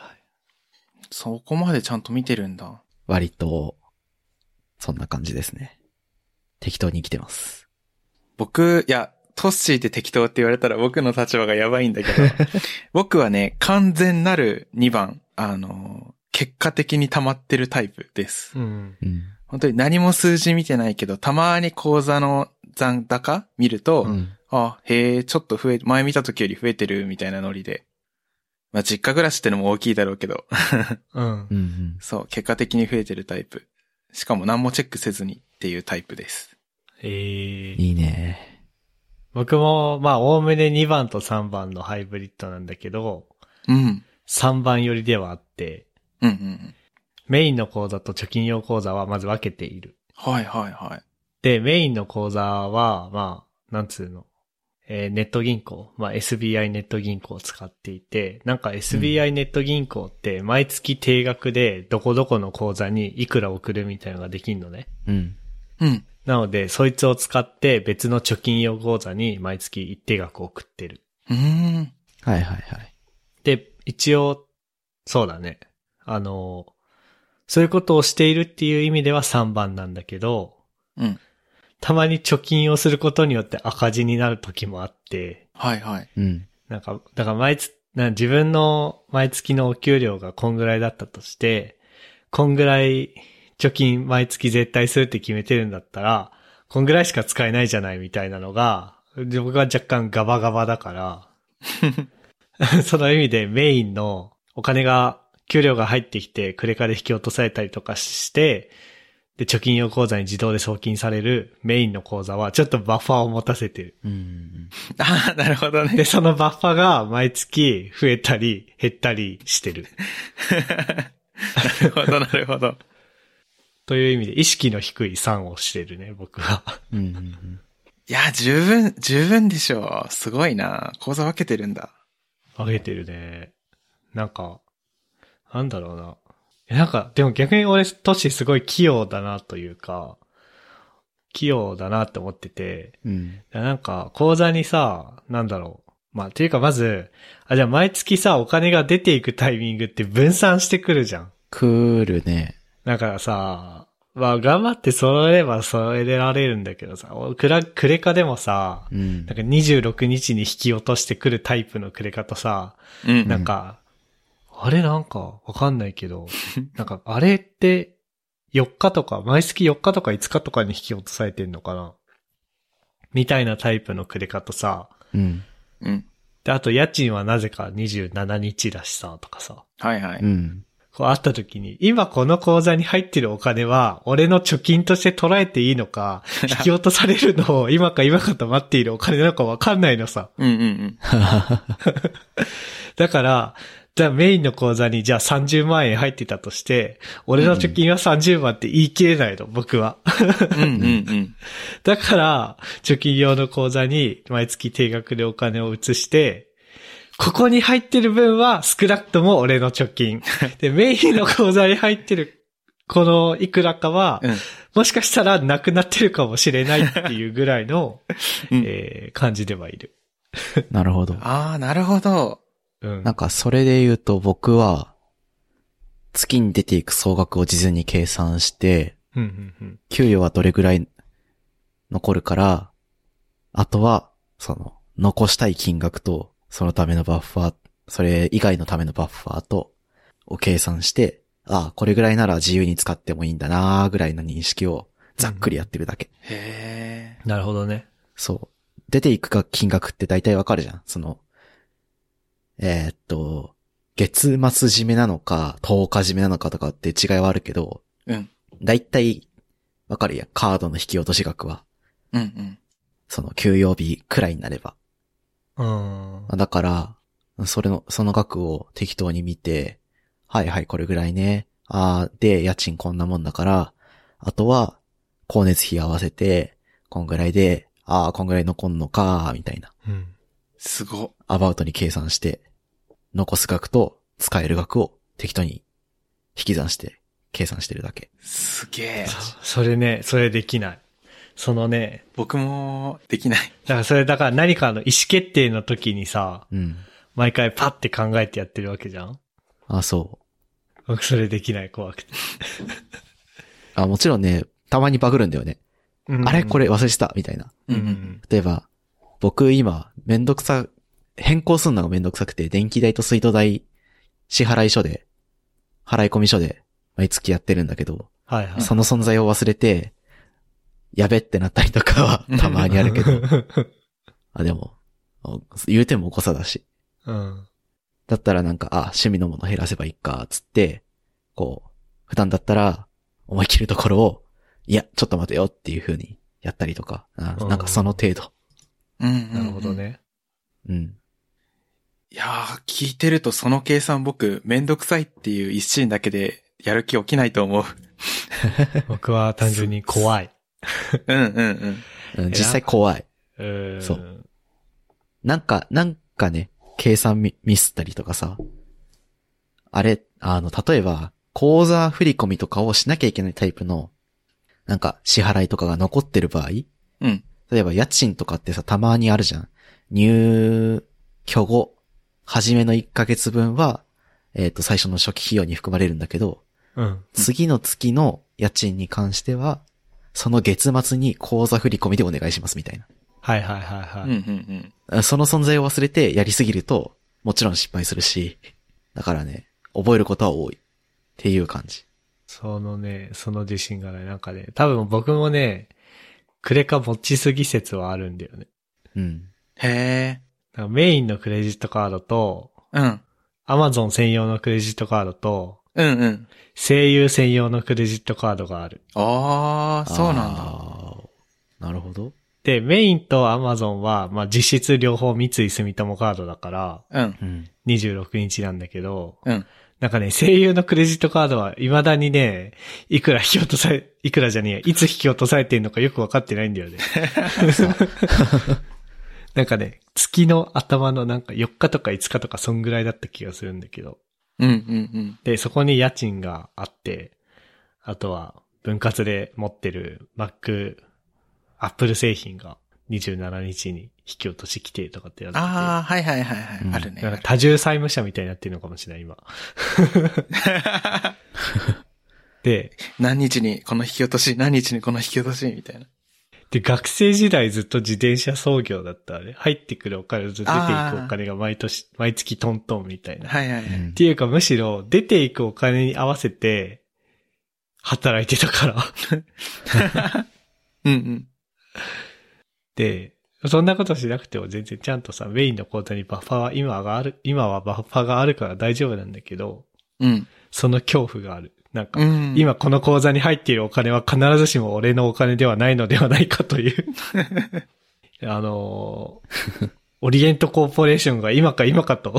そこまでちゃんと見てるんだ。
割と、そんな感じですね。適当に生きてます。
僕、いや、トッシーって適当って言われたら僕の立場がやばいんだけ ど、僕はね、完全なる2番、あの、結果的に溜まってるタイプです。
うん。
うん。
本当に何も数字見てないけど、たまに口座の残高見ると、
うん。
あ、へえ、ちょっと増え、前見た時より増えてるみたいなノリで。まあ、実家暮らしってのも大きいだろうけ ど、
うん
う。ん。
そう、結果的に増えてるタイプ。しかも何もチェックせずにっていうタイプです。
ええ
いいね。
僕も、まあ、おおむね2番と3番のハイブリッドなんだけど、
うん。
3番寄りではあって、
うんうんうん。
メインの口座と貯金用口座はまず分けている。
はいはいはい。
で、メインの口座は、まあ、なんつうの、えーネット銀行、まあ SBI ネット銀行を使っていて、なんか SBI ネット銀行って毎月定額でどこどこの口座にいくら送るみたいなのができるのね。
うん。
うん。
なので、そいつを使って別の貯金用口座に毎月一定額を送ってる。
うーん。
はいはいはい。
で、一応、そうだね。あの、そういうことをしているっていう意味では3番なんだけど、
うん。
たまに貯金をすることによって赤字になる時もあって、
はいはい。
うん。
なんか、だから毎月、な自分の毎月のお給料がこんぐらいだったとして、こんぐらい貯金毎月絶対するって決めてるんだったら、こんぐらいしか使えないじゃないみたいなのが、僕は若干ガバガバだから、その意味でメインのお金が、給料が入ってきて、クレカで引き落とされたりとかして、で、貯金用口座に自動で送金されるメインの口座は、ちょっとバッファーを持たせてる。
うん。
ああ、なるほどね。
で、そのバッファが毎月増えたり減ったりしてる。
なるほど、なるほど。
という意味で意識の低い3をしてるね、僕は。
うんうんうん。
いや、十分、十分でしょう。すごいな。講座分けてるんだ。
上げてるね。なんか、なんだろうな。えなんか、でも逆に俺、トシすごい器用だなというか、器用だなって思ってて、
うん。
なんか、口座にさ、なんだろう。まあ、ていうかまず、あ、じゃあ毎月さ、お金が出ていくタイミングって分散してくるじゃん。
くるね。
だからさ、まあ頑張って揃えれば揃えられるんだけどさ、おクラ、クレカでもさ、
うん
なん。か26日に引き落としてくるタイプのクレカとさ、
うん
なんか、あれなんかわかんないけ ど、なんかあれって4日とか、毎月4日とか5日とかに引き落とされてんのかなみたいなタイプのクレカとさ、
うん。。
うん。
で、あと家賃はなぜか27日だしさ、とかさ。
はいはいう
ん。
こうあった時に、今この口座に入ってるお金は、俺の貯金として捉えていいのか、引き落とされるのを今か今かと待っているお金なのかわかんないのさ。
うんうんうん。
だから、じゃあメインの口座にじゃあ30万円入ってたとして、俺の貯金は30万って言い切れないの、僕は。
うんうんうん。
だから、貯金用の口座に毎月定額でお金を移して、ここに入ってる分は少なくとも俺の貯 金。で、メインの口座に入ってる、このいくらかは、
うん
もしかしたらなくなってるかもしれないっていうぐらいの、
うん
えー感じではいる。
なるほど。
ああ、なるほど。
うん
なん。か、それで言うと僕は、月に出ていく総額を事前に計算して、
うんうんうん
給与はどれぐらい残るから、あとは、その、残したい金額と、そのためのバッファー、それ以外のためのバッファーと、を計算して、ああ、これぐらいなら自由に使ってもいいんだなーぐらいの認識をざっくりやってるだけ。
へえ。
なるほどね。
そう。出ていくか金額って大体わかるじゃん。その、えーっと、月末締めなのか、10日締めなのかとかって違いはあるけど、
うん。
大体わかるやん。カードの引き落とし額は、
うんうん。
その休養日くらいになれば。
うん。
だから、それの、その額を適当に見て、はいはい、これぐらいね。あーで、家賃こんなもんだから、あとは、光熱費合わせて、こんぐらいで、ああ、こんぐらい残んのか、みたいな。
うん
すごっ。
アバウトに計算して、残す額と使える額を適当に引き算して計算してるだけ。
すげえ。
それね、それできない。そのね、
僕もできない。
だからそれだから何かの意思決定の時にさ、
うん。
毎回パッて考えてやってるわけじゃん
あ、そう。
僕それできない、怖くて。
あ、もちろんね、たまにバグるんだよね。
うん
あれこれ忘れてたみたいな。
うんうん。
例えば、僕今、めんどくさ、変更するのがめんどくさくて、電気代と水道代、支払い書で、払い込み書で、毎月やってるんだけど、
はいはい。
その存在を忘れて、やべってなったりとか は、たまにあるけど、あ、でも、あ言うても誤差だし。
うん。
だったらなんか、あ、趣味のもの減らせばいいか、つって、こう、普段だったら、思い切るところを、いや、ちょっと待てよっていう風にやったりとか、あ
うん
なんかその程度。
うんうんうん
なるほど。ね。
うん。
いやー、聞いてるとその計算僕、めんどくさいっていう一心だけでやる気起きないと思う。
僕は単純に怖い。
うんうんうん。
うん実際怖い。
うん。
そなんか、なんかね、計算ミミスったりとかさ、あれ、あの、例えば、口座振り込みとかをしなきゃいけないタイプの、なんか支払いとかが残ってる場合、
うん。
例えば家賃とかってさ、たまにあるじゃん。入居後、初めの1ヶ月分は、えっ、と、最初の初期費用に含まれるんだけど、
うん。
次の月の家賃に関しては、その月末に口座振り込みでお願いしますみたい
はいはいはい
うんう
はい。
ん
な。その存在を忘れてやりすぎると、もちろん失敗するし、だからね、覚えることは多い。っていう感じ。
そのね、その自信がない。なんかね、多分僕もね、クレカ持ちすぎ説はあるんだよね。
うん。
うん。へえ。
なんかメインのクレジットカードと、
うん。
アマゾン専用のクレジットカードと、
うんうん。
声優専用のクレジットカードがある。
あー、そうなんだ。
あー。なるほど。
で、メインとアマゾンは、まあ、実質両方三井住友カードだから、
うん。
うん。
26日なんだけど、
うん。
なんかね、声優のクレジットカードは未だにね、いくら引き落とされ、いくらじゃねえや、いつ引き落とされてんのかよくわかってないんだよね。 なんかね、月の頭のなんか4日とか5日とかそんぐらいだった気がするんだけど。
うんうん
で、そこに家賃があって、あとは分割で持ってる Mac、Apple 製品が27日に引き落とし規定とかってやっ
うん。
てて。
あー、はいはいはいは
う
い。
ん
あるね。
なんか多重債務者みたいになってるのかもしれな い、今。で、
何日にこの引き落とし、何日にこの引き落とし、みたいな。
で、学生時代ずっと自転車操業だったらね、入ってくるお金と出ていくお金が毎年、毎月トントンみたいな。っ
はいはいは
う
い。
ん
ていうかむしろ、出ていくお金に合わせて、働いてたから。
うんうん。
で、そんなことしなくても全然ちゃんとさ、メインの口座にバッファーは今がある、今はバッファーがあるから大丈夫なんだけど、
うん。
その恐怖がある。なんか
う、ん。
今この口座に入っているお金は必ずしも俺のお金ではないのではないかという。あのーオリエントコーポレーションが今か今かと、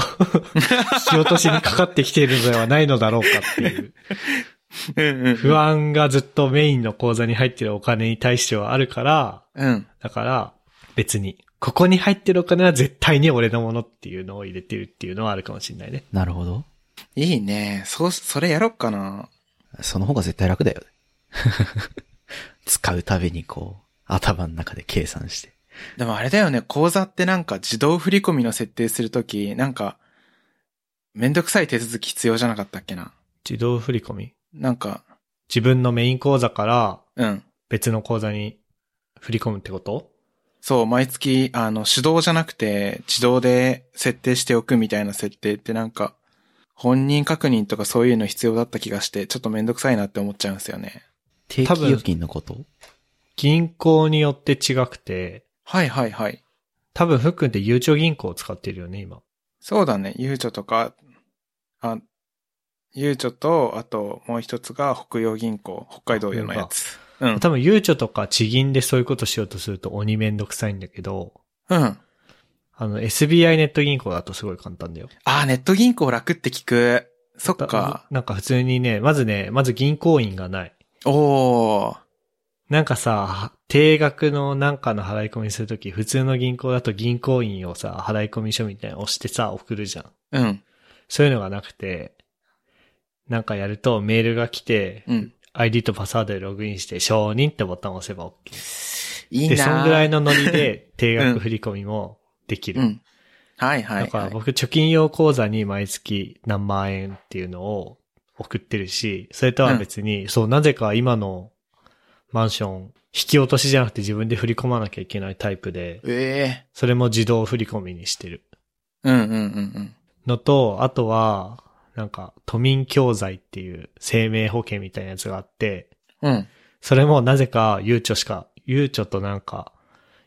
仕落としにかかってきているのではないのだろうかっていう。
うんうん。
不安がずっとメインの口座に入っているお金に対してはあるから、
うん。
だから別に、ここに入ってるお金は絶対に俺のものっていうのを入れてるっていうのはあるかもしれないね。
なるほど。
いいね。そう、それやろっかな。
その方が絶対楽だよ ね。使うたびにこう、頭の中で計算して。
でもあれだよね、口座ってなんか自動振り込みの設定するとき、なんか、めんどくさい手続き必要じゃなかったっけな。
自動振り込み。
なんか、
自分のメイン口座から
うん。
別の口座に振り込むってこと
そう、毎月、あの、手動じゃなくて、自動で設定しておくみたいな設定ってなんか、本人確認とかそういうの必要だった気がして、ちょっとめんどくさいなって思っちゃうんですよね。
定期
多分
預金のこと
銀行によって違くて、
はいはいはい。
多分ふっくんってゆうちょ銀行を使ってるよね、今。
そうだね、ゆうちょとか、あ、ゆうちょと、あともう一つが北洋銀行、北海道のやつ。うん。
多分ゆうちょとか地銀でそういうことしようとすると鬼めんどくさいんだけど、
うん。
あの SBI ネット銀行だとすごい簡単だよ。
ああ、ネット銀行楽って聞く。そっ
だ
か。
なんか普通にね、まずね、まず銀行員がない。
おー。
なんかさ、定額のなんかの払い込みするとき、普通の銀行だと銀行員をさ、払い込み書みたいなの押してさ、送るじゃん。
うん。
そういうのがなくて、なんかやるとメールが来て、
うん。
ID とパスワードでログインして、承認ってボタンを押せば OK。
いいな
で、そんぐらい
の。
のノリで定
うん
額振り込みもできる。
うん。はいはい、はい。
だから僕、貯金用口座に毎月何万円っていうのを送ってるし、それとは別に、そう、なぜか今のマンション、引き落としじゃなくて自分で振り込まなきゃいけないタイプで、
ええ
それも自動振り込みにしてる。
うんうんうん
のと、あとは、なんか、都民共済っていう生命保険みたいなやつがあって、
うん。うん。
それもなぜか、ゆうちょしか、ゆうちょとなんか、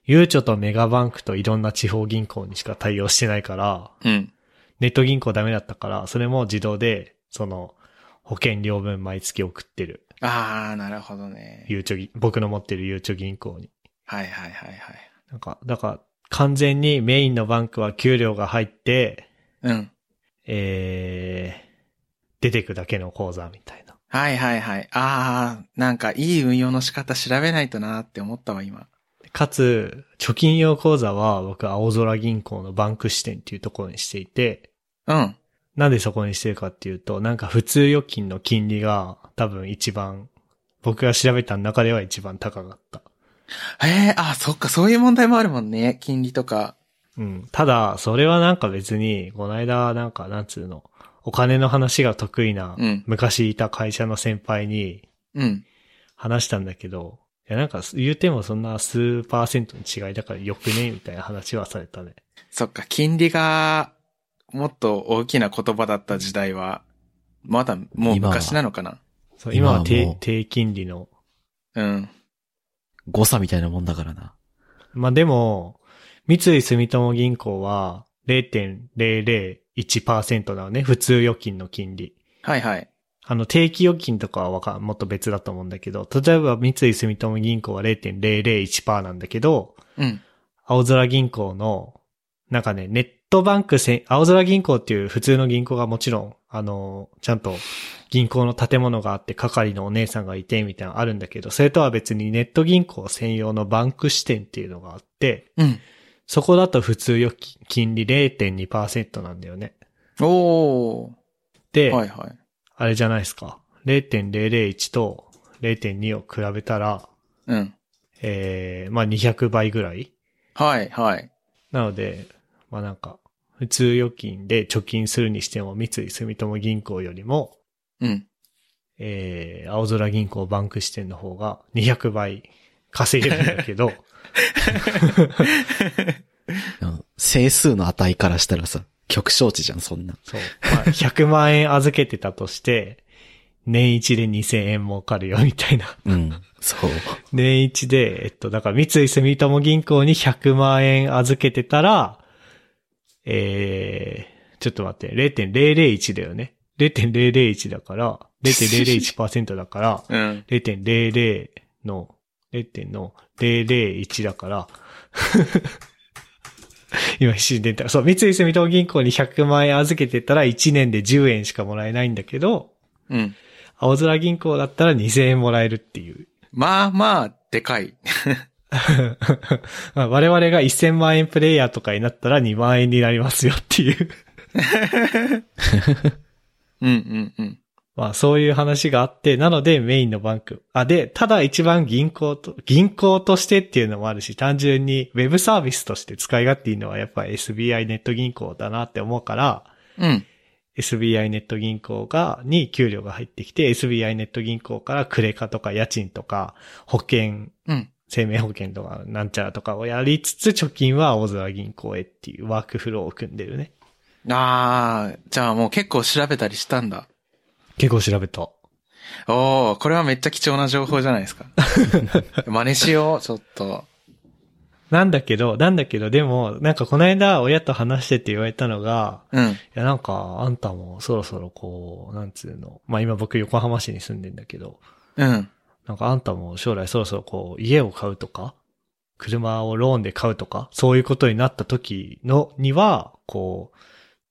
ゆうちょとメガバンクといろんな地方銀行にしか対応してないから、
うん。
ネット銀行ダメだったから、それも自動で、その、保険料分毎月送ってる。
ああ、なるほどね。
ゆうちょぎ、僕の持ってるゆうちょ銀行に。
はいはいはいはい。
なんか、だから、完全にメインのバンクは給料が入って、
うん。
えー、出てくだけの口座みたいな。
はいはいはい。ああ、なんかいい運用の仕方調べないとなーって思ったわ、今。
かつ、貯金用口座は僕青空銀行のバンク支店っていうところにしていて、
うん。
なんでそこにしてるかっていうと、なんか普通預金の金利が多分一番、僕が調べた中では一番高かった。
ええああ、そっか、そういう問題もあるもんね。金利とか。
うん。ただ、それはなんか別に、この間なんか、なんつうの、お金の話が得意な
うん、
昔いた会社の先輩に
うん。
話したんだけど、いやなんか言うてもそんな数パーセントの違いだからよくねみたいな話はされたね。
そっか、金利が、もっと大きな言葉だった時代は、まだもう
今は
昔なのかな。
そう今は
今はも
低
う
低金利の
うん。
誤差みたいなもんだからな。
まあ、でも、三井住友銀行は0.001%なのね、普通預金の金利。
はいはい。
あの、定期預金とかはわかん、もっと別だと思うんだけど、例えば三井住友銀行は0.001%なんだけど、
うん。
青空銀行の、なんかね、ネットバンクせん、青空銀行っていう普通の銀行がもちろん、あの、ちゃんと銀行の建物があって、係のお姉さんがいて、みたいなのあるんだけど、それとは別にネット銀行専用のバンク支店っていうのがあって、
うん。
そこだと普通預金金利0.2%なんだよね。
お
で、
ー。はいはい。
あれじゃないですか。0.001と0.2を比べたら、
うん。
えー、まあ200倍ぐらい
はいはい。
なので、まあなんか、普通預金で貯金するにしても三井住友銀行よりも、
うん。
えー、青空銀行バンク支店の方が200倍稼げるんだけど、
うん。整数の値からしたらさ、極小値じゃん、そんな。
そう。まあ、100万円預けてたとして、年一で2000円儲かるよ、みたいな。
うん。そう。
年一で、えっと、だから三井住友銀行に100万円預けてたら、えー、ちょっと待って、0.001だよね。0.001だから、0.001%だから、
うん。
0.00の、0.0の001だから、 今一瞬出た。そう、三井住友銀行に100万円預けてたら1年で10円しかもらえないんだけど、
うん。
青空銀行だったら2000円もらえるっていう。
まあまあ、でかい。
まあ我々が1000万円プレイヤーとかになったら2万円になりますよっていう。
うんうんうん。
まあそういう話があって、なのでメインのバンク。あ、で、ただ一番銀行と、銀行としてっていうのもあるし、単純にウェブサービスとして使い勝手いいのはやっぱ SBI ネット銀行だなって思うから、
うん。
SBI ネット銀行が、に給料が入ってきて、SBI ネット銀行からクレカとか家賃とか、保険、
うん。
生命保険とかなんちゃらとかをやりつつ、貯金は青空銀行へっていうワークフローを組んでるね。
ああ、じゃあもう結構調べたりしたんだ。
結構調べた。
おおこれはめっちゃ貴重な情報じゃな いですか。真似しよう、ちょっと。
なんだけど、なんだけど、でも、なんかこの間親と話してて言われたのが、
うん。
いやなんかあんたもそろそろこう、なんつうの、まあ今僕横浜市に住んでんだけど、
うん。
なんかあんたも将来そろそろこう、家を買うとか、車をローンで買うとか、そういうことになった時の、には、こう、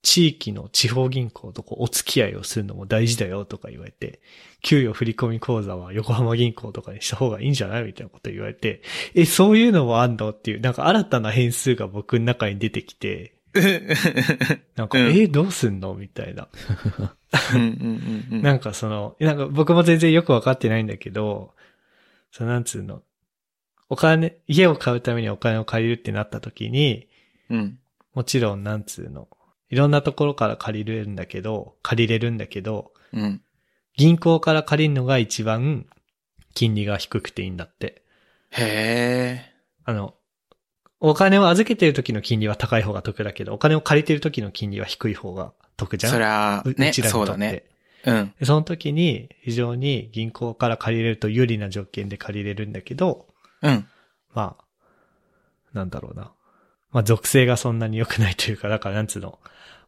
地域の地方銀行とこうお付き合いをするのも大事だよとか言われて、給与振込口座は横浜銀行とかにした方がいいんじゃないみたいなこと言われて、え、そういうのもあんのっていう、なんか新たな変数が僕の中に出てきて、なんか、
うん
え、どうすんのみたいな。
うんうんうんうん
なんかその、なんか僕も全然よくわかってないんだけど、そのなんつうの、お金、家を買うためにお金を借りるってなった時に、
うん
もちろんなんつうの、いろんなところから借りれるんだけど、借りれるんだけど、
うん
銀行から借りるのが一番金利が低くていいんだって。
へえ。
あの、お金を預けてる時の金利は高い方が得だけど、お金を借りてる時の金利は低い方が得じゃん
そりゃ
う、
ね、
うちらにとっ
そう
て
だね。うん。
でその時に非常に銀行から借りれると有利な条件で借りれるんだけど、
うん。
まあ、なんだろうな。まあ属性がそんなに良くないというか、だからなんつうの、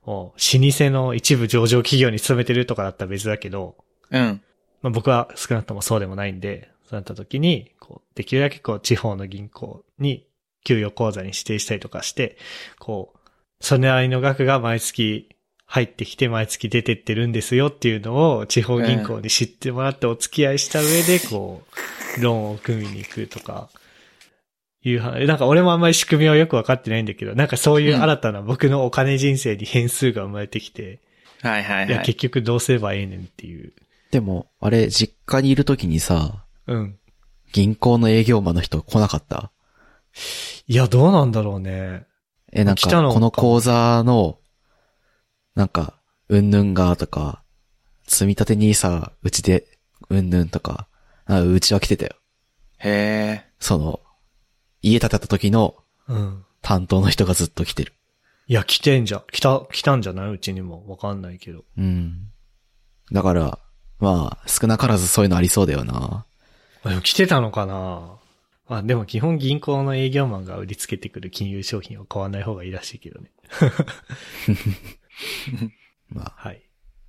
もう老舗の一部上場企業に勤めてるとかだったら別だけど、
うん。
まあ僕は少なくともそうでもないんで、そうなった時に、こう、できるだけこう地方の銀行に給与口座に指定したりとかして、こう、それなりの額が毎月入ってきて毎月出てってるんですよっていうのを地方銀行に知ってもらってお付き合いした上で、こう、ローンを組みに行くとか、いう話、なんか俺もあんまり仕組みはよくわかってないんだけど、なんかそういう新たな僕のお金人生に変数が生まれてきて、
はいはい
いや
はい。
結局どうすればええねんっていう。
でも、あれ、実家にいるときにさ、
うん。
銀行の営業マンの人来なかった
いや、どうなんだろうね。
え、なん
来たのか
か、この口座の、なんか、うんぬんがとか、積み立てにさ、うちで、うんぬんとか、あうちは来てたよ。
へ
その、家建てた時の
うん。
担当の人がずっと来てる。
いや、来てんじゃ、来た、来たんじゃないうちにも。わかんないけど。
うん。だから、まあ、少なからずそういうのありそうだよな。
あでも来てたのかなまあでも基本銀行の営業マンが売りつけてくる金融商品を買わない方がいいらしいけどね。
まあ、
はい。っ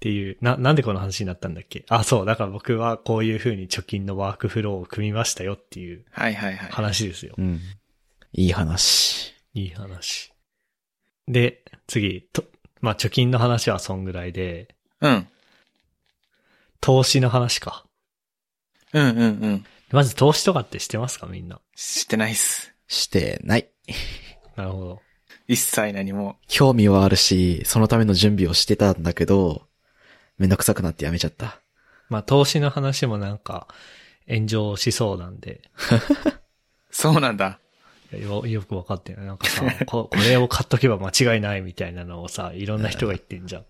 ていう、な、なんでこの話になったんだっけあ、そう、だから僕はこういう風に貯金のワークフローを組みましたよっていう
ーはいはいはい。
話ですよ。
うん。いい話。
いい話。で、次、と、まあ貯金の話はそんぐらいで、
うん。
投資の話か。
うんうんうん。
まず投資とかってしてますかみんな。
知ってないっす。
してない。
なるほど。
一切何も。
興味はあるし、そのための準備をしてたんだけど、めんどくさくなってやめちゃった。
まあ、投資の話もなんか、炎上しそうなんで、
そうなんだ。
よ、よくわかってない。なんかさ、ここれを買っとけば間違いないみたいなのをさ、いろんな人が言ってんじゃん。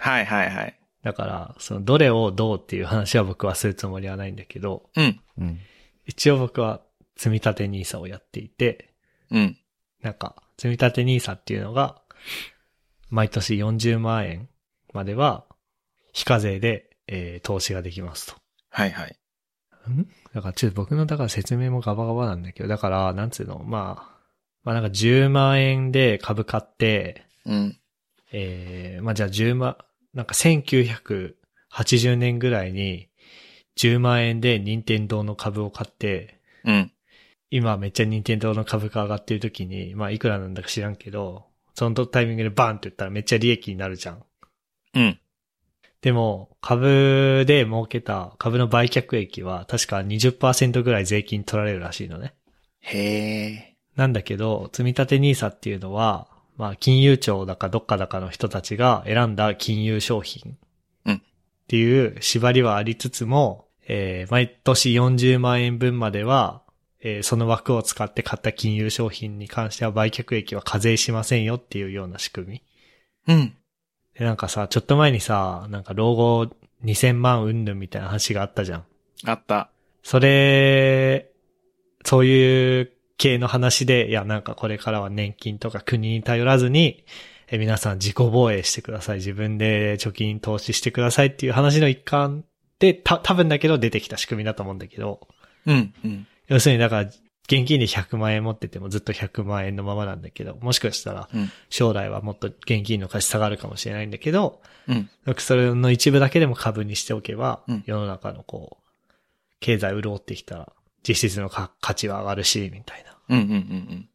はいはいはい。
だから、その、どれをどうっていう話は僕はするつもりはないんだけど、
うん。
うん。
一応僕は、積み立て NISA をやっていて、
うん。
なんか、積み立て NISA っていうのが、毎年40万円までは、非課税で、えー投資ができますと。
はいはい。
んだからちょっと僕のだから説明もガバガバなんだけど、だから、なんつうの、まあ、まあなんか10万円で株買って、
うん。
えー、まあじゃあ10万、なんか1980年ぐらいに10万円で任天堂の株を買って、
うん。
今めっちゃ任天堂の株価上がってる時に、まあいくらなんだか知らんけど、そのタイミングでバーンって言ったらめっちゃ利益になるじゃん。
うん。
でも、株で儲けた株の売却益は確か20%ぐらい税金取られるらしいのね。
へえ。
なんだけど、積立 NISA っていうのは、まあ、金融庁だかどっかだかの人たちが選んだ金融商品。
うん
っていう縛りはありつつも、えー毎年40万円分までは、えーその枠を使って買った金融商品に関しては売却益は課税しませんよっていうような仕組み。
うん。
で、なんかさ、ちょっと前にさ、なんか老後2000万うんぬんみたいな話があったじゃん。
あった。
それ、そういう系の話で、いや、なんかこれからは年金とか国に頼らずに、え皆さん自己防衛してください。自分で貯金投資してくださいっていう話の一環で、た、多分だけど出てきた仕組みだと思うんだけど、
うん。うん。
要するにだから、現金で100万円持っててもずっと100万円のままなんだけど、もしかしたら
うん、
将来はもっと現金の価値下がるかもしれないんだけど、
うん。
それの一部だけでも株にしておけば、
うん
世の中のこう、経済潤ってきたら、実質のか価値は上がるし、みたいな。
うん。うん。うん。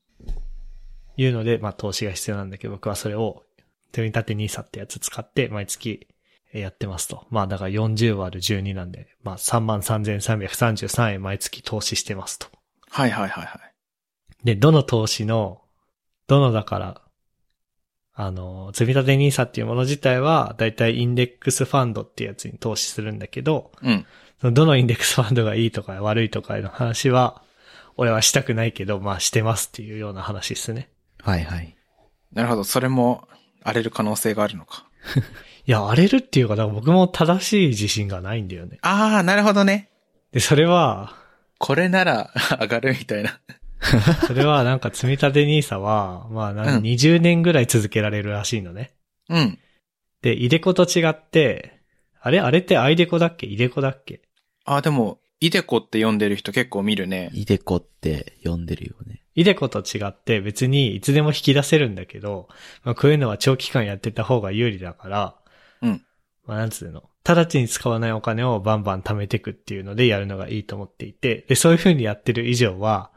いうので、まあ投資が必要なんだけど、僕はそれを組み立て NISA ってやつ使って毎月えーやってますと。まあだから40割る12なんで、まあ33,333円毎月投資してますと。
はいはいはいはい。
で、どの投資の、どのだから、あの、積み立て NISA っていうもの自体は、だいたいインデックスファンドってやつに投資するんだけど、
うん。
そのどのインデックスファンドがいいとか悪いとかの話は、俺はしたくないけど、まあしてますっていうような話ですね。
はいはい。
なるほど。それも荒れる可能性があるのか。
いや、荒れるっていうか、だから僕も正しい自信がないんだよね。
ああ、なるほどね。
で、それは、
これなら 上がるみたいな。
それはなんか積み立て NISA は、まあなん
うん
20年ぐらい続けられるらしいのね。
うん。
で、イデコと違って、あれあれってアイデコだっけイデコだっけ
ああ、でも、イデコって読んでる人結構見るね。
イデコって呼んでるよね。
イデコと違って別にいつでも引き出せるんだけど、まあ、こういうのは長期間やってた方が有利だから、
うん。
まあなんつうの、直ちに使わないお金をバンバン貯めてくっていうのでやるのがいいと思っていて、で、そういう風にやってる以上は、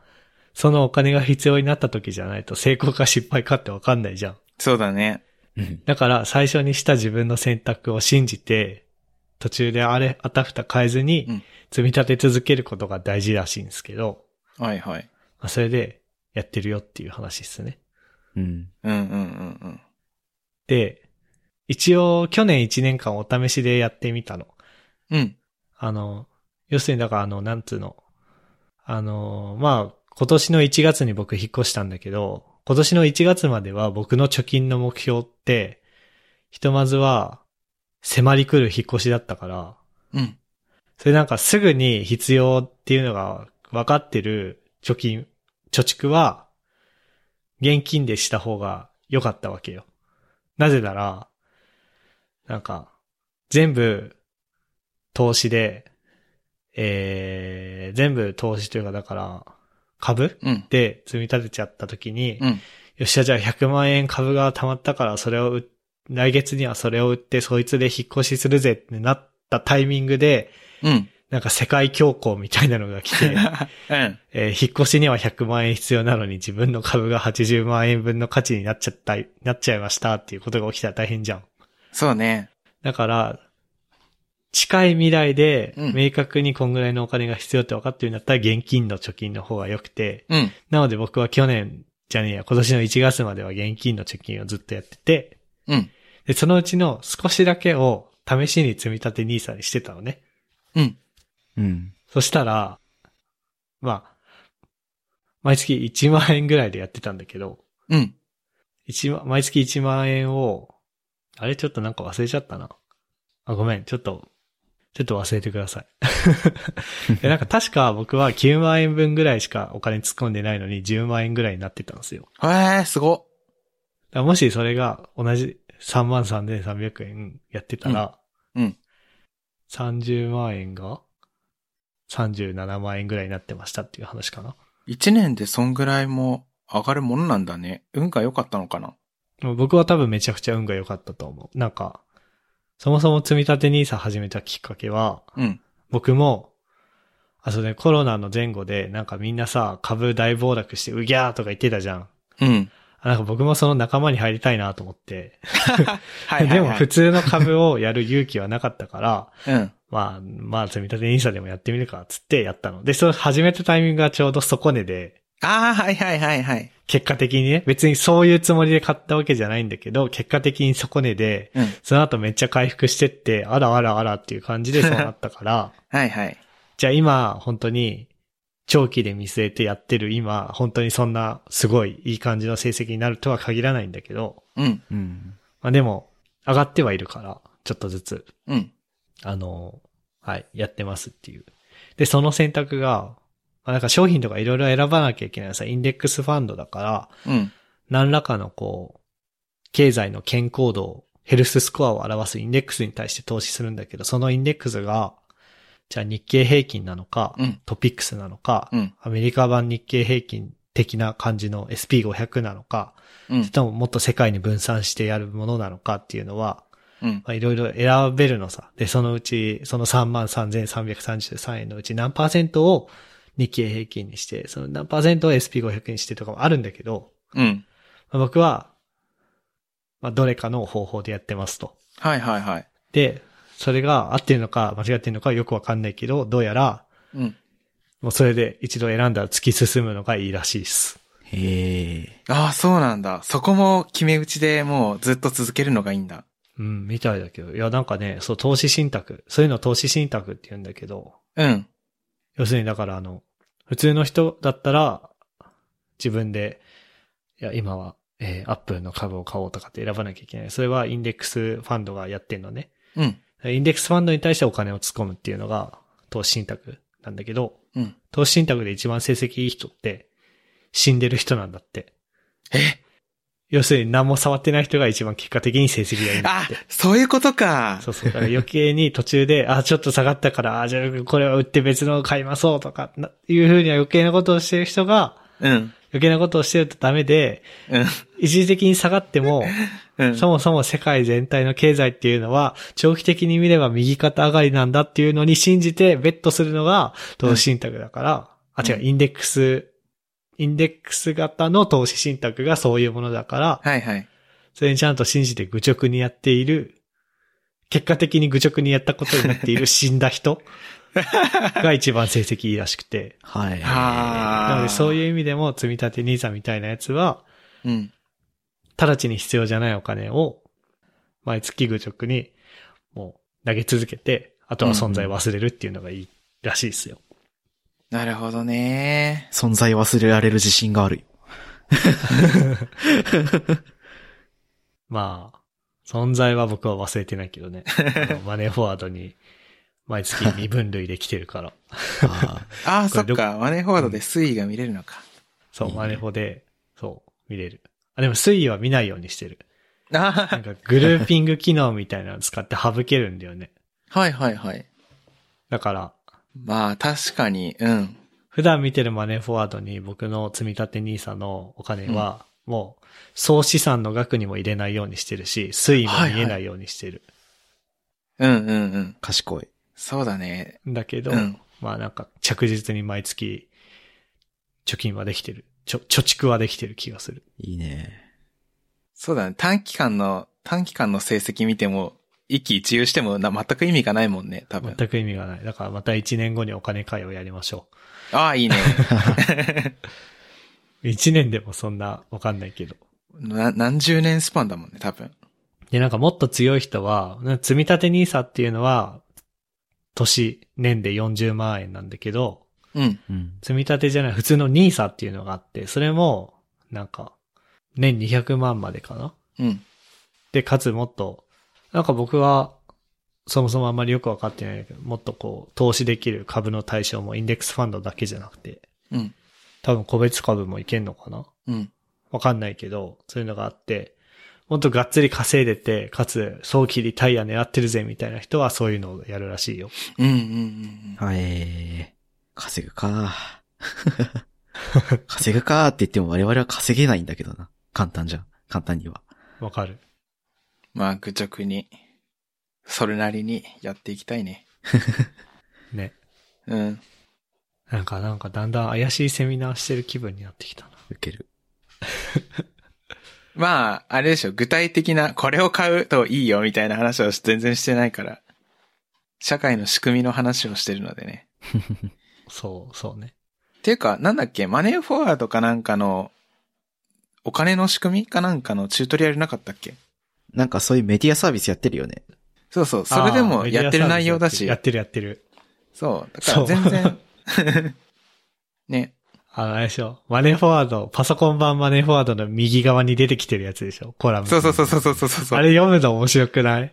そのお金が必要になった時じゃないと成功か失敗かってわかんないじゃん。
そうだね。
うん。
だから最初にした自分の選択を信じて、途中であれ、あたふた変えず
う
に
ん、
積み立て続けることが大事らしいんですけど、
はいはい。
まあそれでやってるよっていう話ですね。
うん。
うんうんうんうん。
で、一応去年1年間お試しでやってみたの。
うん。
あの、要するにだからあの、なんつうの。あの、まあ、今年の1月に僕引っ越したんだけど、今年の1月までは僕の貯金の目標って、ひとまずは迫り来る引っ越しだったから、
うん。
それなんかすぐに必要っていうのが分かってる貯金、貯蓄は、現金でした方が良かったわけよ。なぜなら、なんか、全部、投資で、えー、全部投資というかだから、株
うん。
で積み立てちゃった時に、
うん。
よっしゃ、じゃあ100万円株が貯まったから、それを売っ、来月にはそれを売って、そいつで引っ越しするぜってなったタイミングで、
うん。
なんか世界恐慌みたいなのが来 て、
うん。
えー引っ越しには100万円必要なのに自分の株が80万円分の価値になっちゃった、なっちゃいましたっていうことが起きたら大変じゃん。
そうね。
だから、近い未来で
うん
明確にこんぐらいのお金が必要って分かってるんだったら現金の貯金の方が良くて、
うん。
なので僕は去年じゃねえや、今年の1月までは現金の貯金をずっとやってて、
うん。
で、そのうちの少しだけを試しに積み立て NISA にしてたのね。
うん。
うん。
そしたら、まあ、毎月1万円ぐらいでやってたんだけど、
うん。
一万、毎月1万円を、あれちょっとなんか忘れちゃったな。あ、ごめん、ちょっと、ちょっと忘れてください。 えなんか確か僕は9万円分ぐらいしかお金突っ込んでないのに10万円ぐらいになってたんですよ。
へえ、すごっ。
だからもしそれが同じ3万3300円やってたら、
うんうん
30万円が37万円ぐらいになってましたっていう話かな。
一年でそんぐらいも上がるものなんだね。運が良かったのかな
もう僕は多分めちゃくちゃ運が良かったと思う。なんか、そもそも積み立て NISA 始めたきっかけは、
うん。
僕も、あ、そうね、コロナの前後で、なんかみんなさ、株大暴落して、うぎゃーとか言ってたじゃん。
うん。
あなんか僕もその仲間に入りたいなと思って。
はいはい、はい。
でも普通の株をやる勇気はなかったから、
うん。
まあ、まあ、積み立て NISA でもやってみるか、つってやったの。で、その始めたタイミングがちょうど底値で、
ああ、はいはいはいはい。
結果的にね、別にそういうつもりで買ったわけじゃないんだけど、結果的に底値で、
うん。
その後めっちゃ回復してって、あらあらあらっていう感じでそうなったから、
はいはい。
じゃあ今、本当に、長期で見据えてやってる今、本当にそんな、すごいいい感じの成績になるとは限らないんだけど、
うん。
うん。
まあでも、上がってはいるから、ちょっとずつ、
うん。
あの、はい、やってますっていう。で、その選択が、まあなんか商品とかいろいろ選ばなきゃいけないさ、インデックスファンドだから、
うん。
何らかのこう、経済の健康度、ヘルススコアを表すインデックスに対して投資するんだけど、そのインデックスが、じゃあ日経平均なのか、
うん
トピックスなのか、
うん。
アメリカ版日経平均的な感じの SP500 なのか、
うん
それ。とももっと世界に分散してやるものなのかっていうのは、
うん。
まあいろいろ選べるのさ。で、そのうち、その33,333円のうち何パーセントを日経平均にして、その何パーセントを SP500 にしてとかもあるんだけど、
うん。
まあ僕は、まあ、どれかの方法でやってますと。
はいはいはい。
で、それが合ってるのか間違ってるのかよくわかんないけど、どうやら、
うん。
もうそれで一度選んだら突き進むのがいいらしいです。
へえ。
ああ、そうなんだ。そこも決め打ちでもうずっと続けるのがいいんだ。
うん、みたいだけど。いや、なんかね、そう、投資信託。そういうのを投資信託って言うんだけど、
うん。
要するにだからあの、普通の人だったら、自分で、いや、今は、えー、アップルの株を買おうとかって選ばなきゃいけない。それはインデックスファンドがやってんのね。
うん。
インデックスファンドに対してお金を突っ込むっていうのが投資信託なんだけど、
うん。
投資信託で一番成績いい人って死んでる人なんだって。
え
要するに何も触ってない人が一番結果的に成績がいいんだっ
あ
て。、
そういうことか。
そうそう。だから余計に途中で、あ、ちょっと下がったから、あ、じゃあこれは売って別のを買いまそうとか、ないうふうには余計なことをしてる人が、
うん。
余計なことをしてるとダメで、
うん。
一時的に下がっても、
うん。
そもそも世界全体の経済っていうのは、長期的に見れば右肩上がりなんだっていうのに信じてベットするのが投資信託だから、
う
あ、
ん
違う、インデックス、インデックス型の投資信託がそういうものだから、
はいはい。
それにちゃんと信じて愚直にやっている、結果的に愚直にやったことにな っている死んだ人が一番成績いいらしくて。
はい。
あー
なのでそういう意味でも積み立て NISA みたいなやつは、
うん。
直ちに必要じゃないお金を、毎月愚直に、もう投げ続けて、あとは存在忘れるっていうのがいいらしいですよ。
なるほどね。
存在忘れられる自信がある。
まあ、存在は僕は忘れてないけどね。あのマネーフォワードに、毎月身分類で来てるから。
あ
ああ、
こ
そ
れ
っ
ど
か。マネーフォワードで推移が見れるのか。
そう、
いいね
マネフォで、そう、見れる。あ、でも推移は見ないようにしてる。
あ
なんかグルーピング機能みたいなの使って省けるんだよね。
あ、はいはいはい。
だから、
まあ、確かに、うん。
普段見てるマネーフォワードに僕の積み立て NISA のお金は、もう、総資産の額にも入れないようにしてるし、推移も見えないようにしてる。
うんうんうん
ー。賢い。
そうだね。
だけど、
うん
まあなんか着実に毎月、貯金はできてる。ちょ、貯蓄はできてる気がする。
いいね。
そうだね。短期間の、短期間の成績見ても、一喜一憂してもな全く意味がないもんね、多分。
全く意味がない。だからまた1年後にお金会をやりましょ
ああ、いいね。
う。1年でもそんなわかんないけど。
な何十年スパンだもんね、多分。
で、なんかもっと強い人は、な積み立て NISA っていうのは、年、年で40万円なんだけど、
うん。
うん。
積み立てじゃない、普通の NISA っていうのがあって、それも、なんか、年200万までかな
うん。
で、かつもっと、なんか僕は、そもそもあんまりよくわかってないけど、もっとこう、投資できる株の対象もインデックスファンドだけじゃなくて、
うん。
多分個別株もいけんのかな
うん。
わかんないけど、そういうのがあって、もっとがっつり稼いでて、かつ早期リタイア狙ってるぜみたいな人はそういうのをやるらしいよ。
うん。うん。うん。
はい。稼ぐか。 稼ぐかって言っても我々は稼げないんだけどな。簡単じゃん。簡単には。
わかる。
まあ、愚直に、それなりにやっていきたいね。
ね。
うん。
なんか、なんかだんだん怪しいセミナーしてる気分になってきたな。
受ける。
まあ、あれでしょ、具体的な、これを買うといいよみたいな話を全然してないから、社会の仕組みの話をしてるのでね。
そう、そうね。
っていうか、なんだっけ、マネーフォワードかなんかの、お金の仕組みかなんかのチュートリアルなかったっけ
なんかそういうメディアサービスやってるよね。
そうそう、それで
あ
も
ー
やってる内容だし
や、ってるやってる。
そう、だから全然、 ね、
あの、あれでしょ。マネーフォワード、パソコン版マネーフォワードの右側に出てきてるやつでしょ。コラム。
そうそうそうそうそうそうそう、
あれ読むの面白くない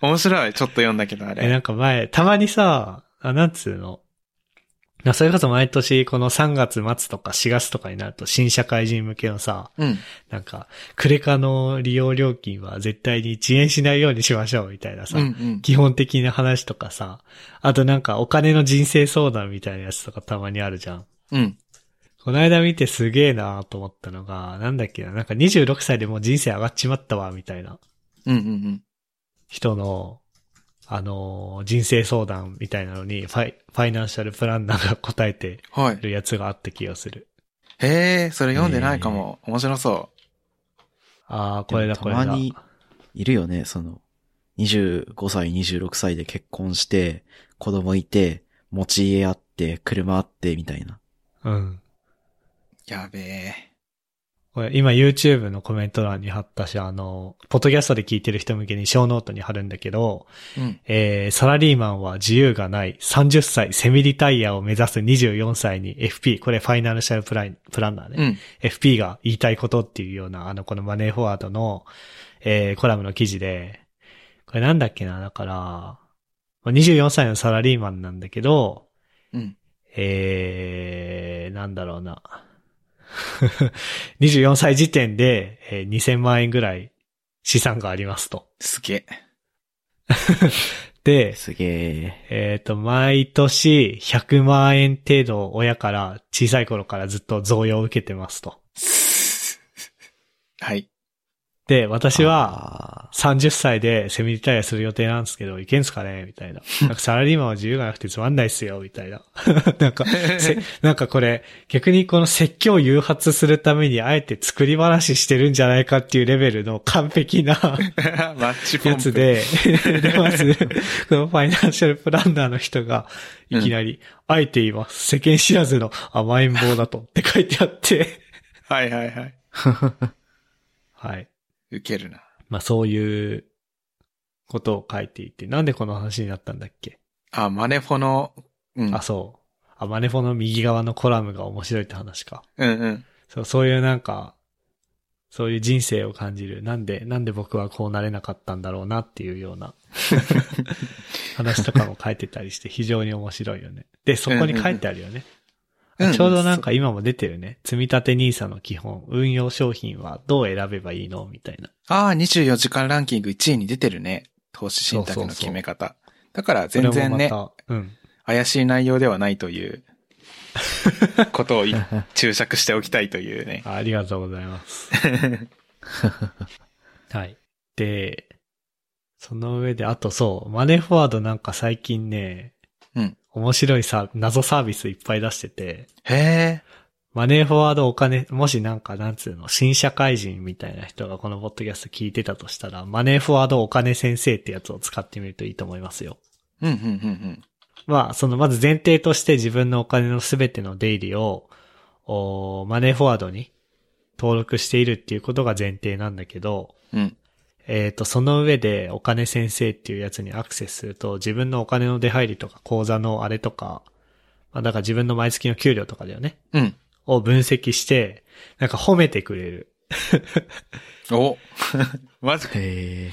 面白い、ちょっと読んだけど、あ
え、
れ。
なんか前、たまにさ、あ、なんつうの。なそれこそ毎年この3月末とか4月とかになると新社会人向けのさ、
うん。
なんか、クレカの利用料金は絶対に遅延しないようにしましょうみたいな
う
さ、
んうん。
基本的な話とかさ、あとなんかお金の人生相談みたいなやつとかたまにあるじゃん。
うん。
この間見てすげえなーと思ったのが、なんだっけな、なんか26歳でもう人生上がっちまったわ、みたいな
うんうんうん。
人の、あのー人生相談みたいなのにファイ、ファイナンシャルプランナーが答えて
はい。
るやつがあった気がする。
へえ、それ読んでないかも。面白そ
ああ、これだ、これだ。
たまにいるよね、その、25歳、26歳で結婚して、子供いて、持ち家あって、車あって、みたいな。
うん。
やべえ。
これ今 YouTube のコメント欄に貼ったし、あの、ポッドキャストで聞いてる人向けに小ノートに貼るんだけど、
うん。
えー、サラリーマンは自由がない30歳セミリタイヤを目指す24歳に FP、これファイナルシャルプランプランナーね、
うん。
FP が言いたいことっていうような、あの、このマネーフォワードの、えー、コラムの記事で、これなんだっけな、だから、まあ24歳のサラリーマンなんだけど、
うん。
えー、なんだろうな。24歳時点で、えー2000万円ぐらい資産がありますと。
すげえ。
で、
すげえ。
えっ、と、毎年100万円程度親から小さい頃からずっと贈与を受けてますと。
はい。
で、私は
は、
30歳でセミリタイアする予定なんですけど、いけんすかねみたいな。なんかサラリーマンは自由がなくてつまんないっすよ、みたいな。 なんか、せなんかこれ、逆にこの説教を誘発するためにあえて作り話してるんじゃないかっていうレベルの完璧な
マッチポン
や
プ。
つで、で、まず、このファイナンシャルプランナーの人が、いきなり、あえて言います。世間知らずの甘えん坊だとって書いてあって、
はいはいはい。
はい。
ウケるな。
まあそういうことを書いていて、なんでこの話になったんだっけ
あ、マネフォの、うん。
あ、そう。あ、マネフォの右側のコラムが面白いって話か。
うんうん。
そう、そういうなんか、そういう人生を感じる。なんで、なんで僕はこうなれなかったんだろうなっていうよう な話とかも書いてたりして非常に面白いよね。で、そこに書いてあるよね。
うんうんうん
あちょうどなんか今も出てるね。積み立て NISA の基本、運用商品はどう選べばいいのみたいな。
ああ、24時間ランキング1位に出てるね。投資信託の決め方。だから全然
それ、
ね
もまたうん。
怪しい内容ではないという、ことをい注釈しておきたいという ね。
あありがとうございます。 はい。で、その上で、あとそう、マネーフォワードなんか最近ね、
うん
面白いさ、謎サービスいっぱい出してて、
へえ。
マネーフォワードお金、もしなんかなんつうの、新社会人みたいな人がこのポッドキャスト聞いてたとしたら、マネーフォワードお金先生ってやつを使ってみるといいと思いますよ。
うんうんうんうん。
まあ、そのまず前提として自分のお金のすべての出入りを、おーマネーフォワードに登録しているっていうことが前提なんだけど、
うん。
えっ、と、その上でお金先生っていうやつにアクセスすると、自分のお金の出入りとか口座のあれとか、まあ、だから自分の毎月の給料とかだよね、
うん。
を分析して、なんか褒めてくれる。
お マジか。
へ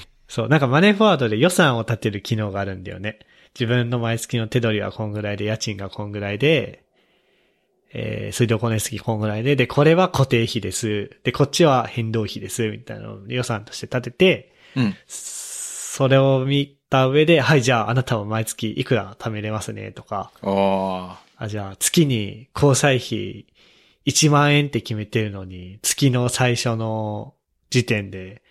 え。
そう、なんかマネーフォワードで予算を立てる機能があるんだよね。自分の毎月の手取りはこんぐらいで、家賃がこんぐらいで、えー、水道光熱費こんぐらいで、で、これは固定費です。で、こっちは変動費です。みたいなのを予算として立てて、
うん。
それを見た上で、はい、じゃああなたは毎月いくら貯めれますね、とか、
おー。
あ、じゃあ月に交際費1万円って決めてるのに、月の最初の時点で、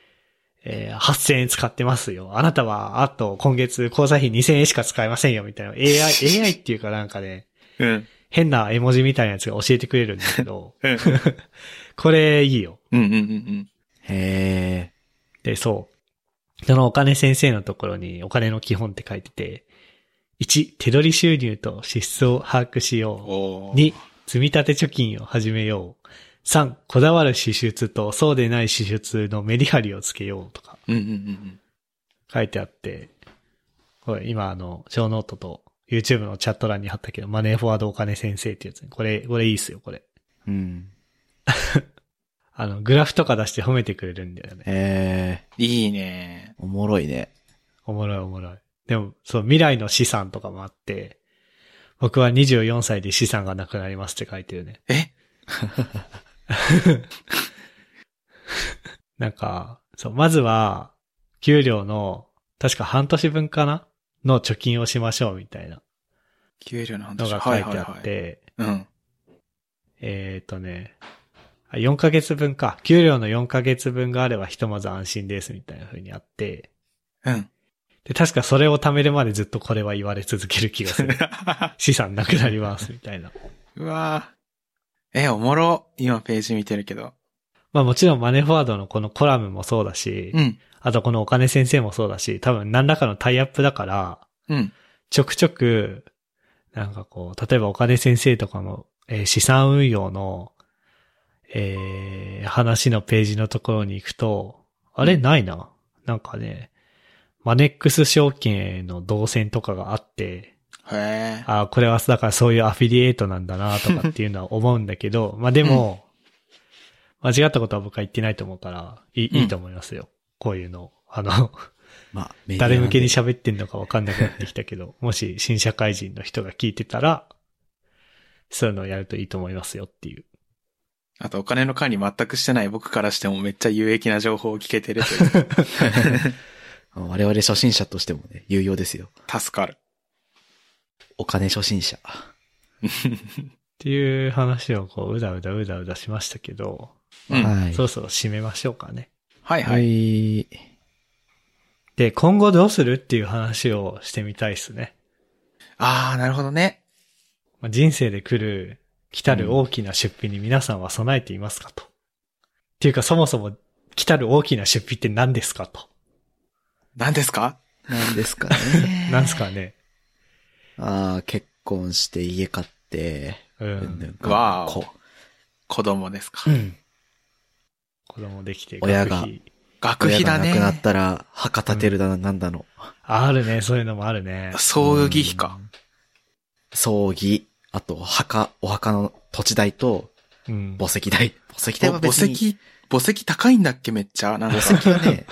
えー8000円使ってますよ。あなたは、あと今月交際費2000円しか使えませんよ、みたいな。AI、AI っていうかなんかね、
うん。
変な絵文字みたいなやつが教えてくれるんだけど、
うん。
これいいよ。
うんうんうん
へえ。
で、そう。そのお金先生のところにお金の基本って書いてて、1、手取り収入と支出を把握しよ
うん。
う。
おー。
2、積立貯金を始めよう。3、こだわる支出とそうでない支出のメリハリをつけようとか
うんうんうんうん。
書いてあって、これ今あの、小ノートと YouTube のチャット欄に貼ったけど、マネーフォワードお金先生ってやつねこれ、これいいっすよ、これ。
うん。
あの、グラフとか出して褒めてくれるんだよね。
へえ。
いいね。
おもろいね。
おもろいおもろい。でも、そう、未来の資産とかもあって、僕は24歳で資産がなくなりますって書いてるね。
え
なんか、そう、まずは、給料の、確か半年分かなの貯金をしましょうみたいな
給料の
の
話
が書いてあって、
はいはいはい、
えっ、ー、とね、あ4ヶ月分か。給料の4ヶ月分があればひとまず安心ですみたいな風にあって、
うん。うん。
で、確かそれを貯めるまでずっとこれは言われ続ける気が する。資産なくなりますみたいな。
うわぁ。え、おもろ。今ページ見てるけど。
まあもちろんマネーフォワードのこのコラムもそうだし、
うん。
あとこのお金先生もそうだし、多分何らかのタイアップだから、
うん。
ちょくちょく、なんかこう、例えばお金先生とかの、えー資産運用の、えー話のページのところに行くと、あれないな。なんかね、マネックス証券への動線とかがあって、
へえ。
あこれはだからそういうアフィリエイトなんだなとかっていうのは思うんだけど、まあでも、間違ったことは僕は言ってないと思うから、いい,、いいと思いますよ。こういうの。あの、
まあ、メディアなん
誰
で
向けに喋ってんのかわかんなくなってきたけど、もし新社会人の人が聞いてたら、そういうのをやるといいと思いますよっていう。
あとお金の管理全くしてない僕からしてもめっちゃ有益な情報を聞けてるという。
我々初心者としてもね、有用ですよ。
助かる。
お金初心者。
っていう話をこう、うだうだうだうだしましたけど、
うん。はい
はい。
そろそろ締めましょうかね。
はい。
はい。
で、今後どうするっていう話をしてみたいですね。
ああ、なるほどね。
まあ人生で来る、来たる大きな出費に皆さんは備えていますかと。っていうかそもそも来たる大きな出費って何ですかと。。
何ですか
なんですかね
なんすかね。
ああ、結婚して家買って、
う
うんぬ
ん。
んかんぬん
わーお
こ
子供ですか。
子供できて
親
学
が
費
学
親
費
が
だ
亡
ね
く。なったら、博多てるだな、なんだの。
あるね、そういうのもあるね。
葬儀費か。
葬儀、あと、墓、お墓の土地代と、
うん。
墓石代。墓石代
お
は
墓
別に。
石、墓石高いんだっけめっちゃ。なんか
墓石はね、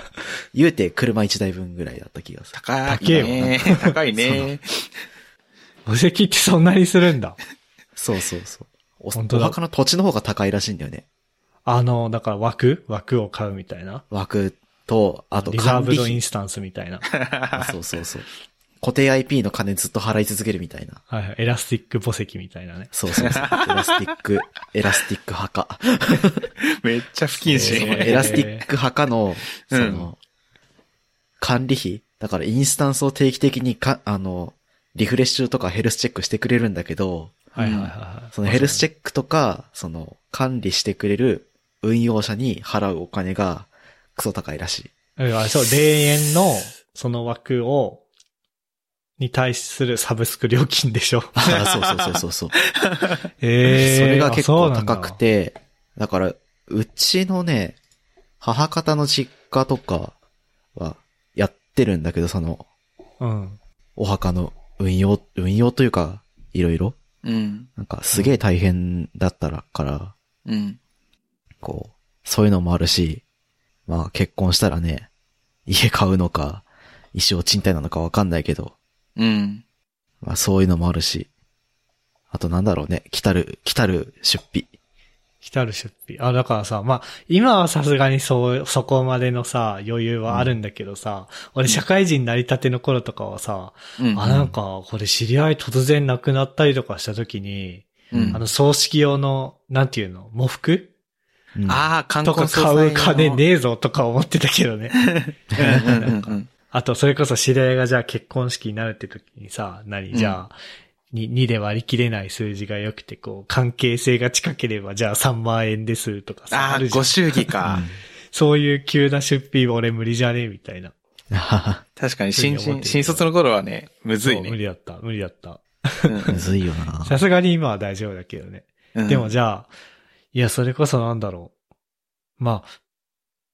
言うて車1台分ぐらいだった気がする。
高い
高えよ
ね。高いね。
墓石ってそんなにするんだ。
そうそうそう。お
本当だ
お墓の土地の方が高いらしいんだよね。
あの、だから枠枠を買うみたいな。
枠と、あと
リザー
管
ブ
理
ドイ
費
ン。スタンスみたいな。
あ そうそうそう。固定 IP の金ずっと払い続けるみたいな。
はいはい。エラスティック墓石みたいなね。
そ うそうそう。エラスティック、エラスティック墓。
めっちゃ不謹
え
その
ー
慎。
エラスティック派かの、
う
そ
ん
の、管理費だからインスタンスを定期的にか、あの、リフレッシュとかヘルスチェックしてくれるんだけど、
はいはいはいはい。
そのヘルスチ
ェッ
ェックとか、その、管理してくれる運用者に払うお金がクソ高いら しい。
ク。うんあそう、霊園の、その枠を、に対するサブスク料金でし ょ。
あーそうそうそうそうそう。
ええ
それが結構高く。
あ
て、だから、うちのね、母方の実家とかはやってるんだけど、その、
そうなんだうん。
お墓の運用、運用というか、いろいろ。
うん。
なんかすげえ大変だったらから、
うん。
こう、そういうのもあるし、まあ結婚したらね、家買うのか、一生賃貸なのかわかんないけど、
うん。
まあそういうのもあるし、あとなんだろうね、来たる、来たる出費。
来たる出費。あ、だからさ、まあ、今はさすがにそう、そこまでのさ、余裕はあるんだけどさ、俺社会人なりたての頃とかはさ、
うん。
あ、なんか、これ知り合い突然亡くなったりとかした時に、
うん
あの、葬式用の、なんていうの、喪服
うん
ああ、観
と
光
か買う金ねえぞとか思ってたけどね。
うんうんうん
あと、それこそ知り合いがじゃあ結婚式になるって時にさ、何、じゃあ、に 2, で割り切れない数字が良くて、こう、関係性が近ければ、じゃあ3万円ですとかさ、
あ
あ
あ、
るじゃ
ご
ん。
祝儀か
うん。
そういう急な出費俺無理じゃねえみたいな。
確かに
そういう
新
ふうに思ってる
人、新卒の頃はね、むずい
そう無
ね。
理だった、無理だった。
う
む
ん
ずいよな。
さすがに今は大丈夫だけどね。
うん
でもじゃあ、いや、それこそなんだろう。まあ、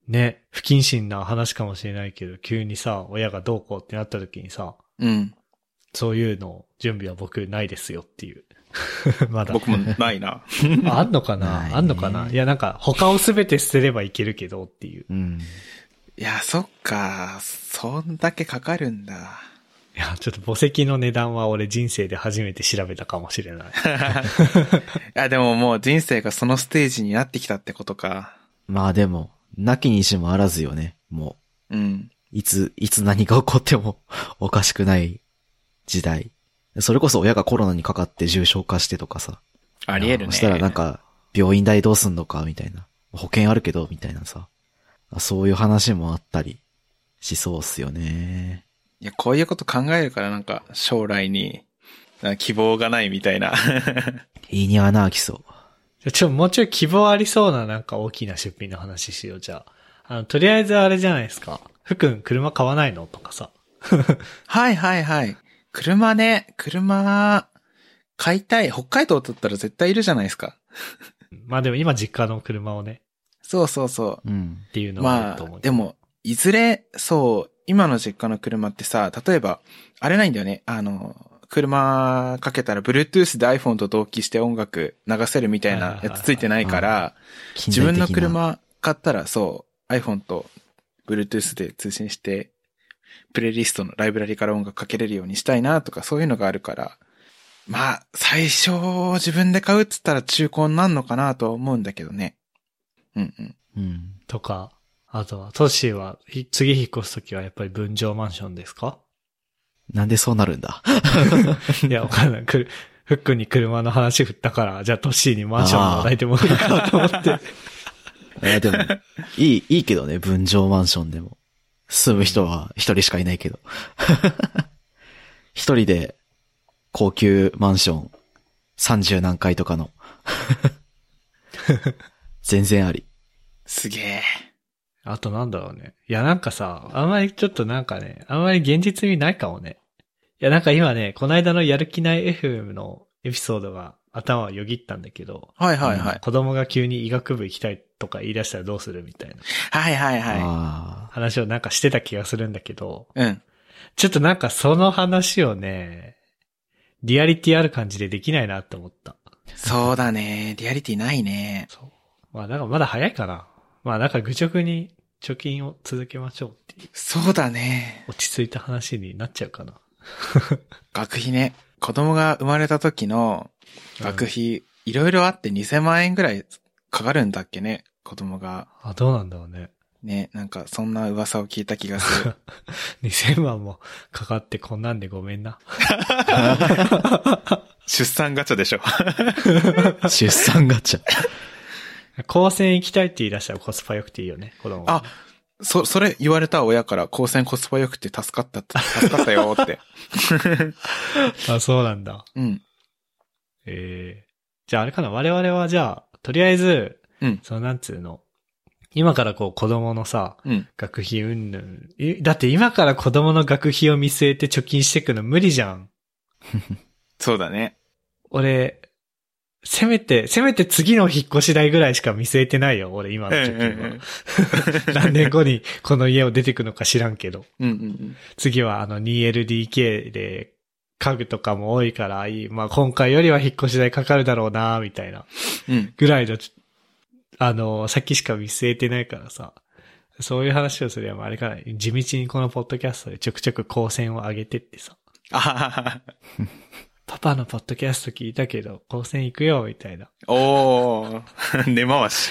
ね、不謹慎な話かもしれないけど、急にさ、親がどうこうってなった時にさ、
うん。
そういうの準備は僕ないですよっていう。 まだ。
僕もないな。
ああんのか
ない
な
ね
あんのかないや、なんか、他をすべて捨てればいけるけどっていう。
うん。
いや、そっか。そんだけかかるん だ。
いや、ちょっと墓石の値段は俺人生で初めて調べたかもしれない。
いや、でももう人生がそのステージになってきたってことか。
まあでも、なきにしもあらずよね、も
うん。
う。いつ、いつ何が起こっても おかしくない時代。それこそ親がコロナにかかって重症化してとかさ。
ありえるね。
そしたらなんか、病院代どうすんのか、みたいな。保険あるけど、みたいなさ。そういう話もあったりしそうっすよね。
いや、こういうこと考えるからなんか将来になんか希望がないみたいな。
いいにはな、きそう。
じゃあちょ、もうちょい希望ありそうななんか大きな出品の話しよう、じゃあ。あの、とりあえずあれじゃないですか。ふくん、車買わないのとかさ。
はいはいはい。車ね、車、買いたい。北海道だったら絶対いるじゃないですか。
まあでも今実家の車をね、
そうそうそう。
うん。
っていうのはあ
ま
ると思う。
あ、でも、いずれ、そう、今の実家の車ってさ、例えば、あれないんだよね。あの、車かけたら、Bluetooth で iPhone と同期して音楽流せるみたいなやつついてないか
はい
ら、自分の車買ったら、そう、iPhone と Bluetooth で通信して、プレイリストのライブラリから音楽かけれるようにしたいなとか、そういうのがあるから、まあ、最初、自分で買うっつったら中古になんのかなとは思うんだけどね。うんうん。
うん。
とか、あとは、トッシーは、ひ次引っ越すときはやっぱり分譲マンションです か
なんでそうなるんだ
いや、わかんない。くるふっくんに車の話振ったから、じゃあトッシーにマンションの話題でもいいかなと思って。
えーでも、いい、いいけどね、分譲マンションでも。住む人は一人しかいないけど。 一人で、高級マンション、30何階とかの。 全然あり。
すげえ。
あとなんだろうね。いや、なんかさ、あんまりちょっとなんかね、あんまり現実味ないかもね。いや、なんか今ね、この間のやる気ない FM のエピソードが頭をよぎったんだけど、
はいはいはい。
子供が急に医学部行きたいとか言い出したらどうするみたいな
はいはいは
あ
話をなんかしてた気がするんだけど、
い。うん。
ちょっとなんかその話をね、リアリティある感じでできないなって思った。
そうだね。リアリティないね。
そう。まあ、だからまだ早いかな。まあ、なんか愚直に貯金を続けましょうっていう、
そうだね。
落ち着いた話になっちゃうかな。
学費ね。子供が生まれた時の学費、いろいろあって2000万円ぐらいかかるんだっけね。子供が。
あ、どうなんだろうね。
ね、なんかそんな噂を聞いた気がする。
2000万もかかってこんなんでごめんな。
出産ガチャでしょ。
あ、出産ガチャ。
高専行きたいって言い出したらコスパ良くていいよね、子供。
あ、そ、それ言われた親から、高専コスパ良くて助かったって、助かったよ って。
あ、そうなんだ。
うん。
ええじゃああれかな、我々はじゃあ、とりあえず、
うん
そのなんつうの、今からこう子供のさ、
うん。
学費うんぬん。えだって今から子供の学費を見据えて貯金していくの無理じゃん。
そうだね。
俺、せめて、せめて次の引っ越し代ぐらいしか見据えてないよ、俺今の貯金 は。何年後にこの家を出てくのか知らんけど。
うんうんうん。
次はあの 2LDK で家具とかも多いからいい。まあ今回よりは引っ越し代かかるだろうな、みたいな
うん。
ぐらいの、あの、先しか見据えてないからさ。そういう話をすればあれかな。地道にこのポッドキャストでちょくちょく光線を上げてってさ。
あははは。
パパのポッドキャスト聞いたけど、高専行くよ、みたいな。
おー、 根回し。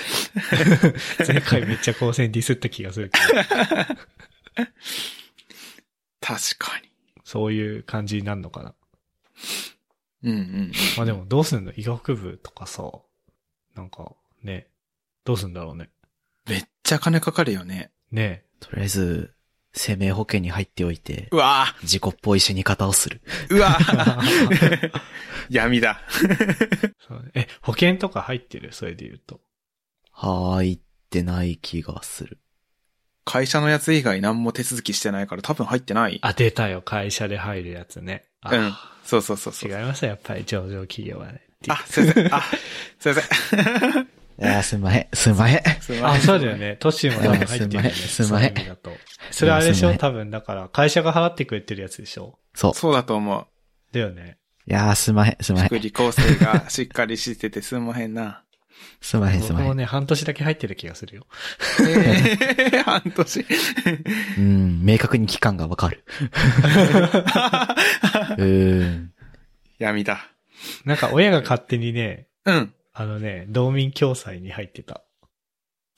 前回めっちゃ高専ディスった気がするけ ど、
確か
そういう感じになるのかな。
に。うんうん。
まあでもどうすんの医学部とかさ、なんかね、どうすんだろうね。
めっちゃ金かかるよね。
ね
とりあえず、生命保険に入っておいて、
うわ
自己っぽい死に方をする。
うわ
え
闇だ。
そうねえ、保険とか入ってるそれで言うと。
はーいってない気がする。
会社のやつ以外何も手続きしてないから多分入ってない。
あ、出たよ。会社で入るやつね。あ
うん。そうそうそうそ。
違いうました。やっぱり上場企業はね。
あ、すいませ ん。あ、すいません。
あーすんまへん、すんまへん。
すいま
あ、
せん。
そうだよね。都市も多分入ってるよね。
すんまへん
そういう意味だと。それあれでし
すんま
ょ
へん
多分、だから、会社が払ってくれてるやつでしょ
そう。
そうだと思う。
だよね。
いやーすんまへん、すんまへん
福。利厚生がしっかりしててすんまへんな。
すんまへん、す
僕
んまへん
も。ね、半年だけ入ってる気がするよ。
えー 半年。
うん、明確に期間がわかる。 うん。
闇だ。
なんか、親が勝手にね、
うん。
あのね、道民共済に入ってた。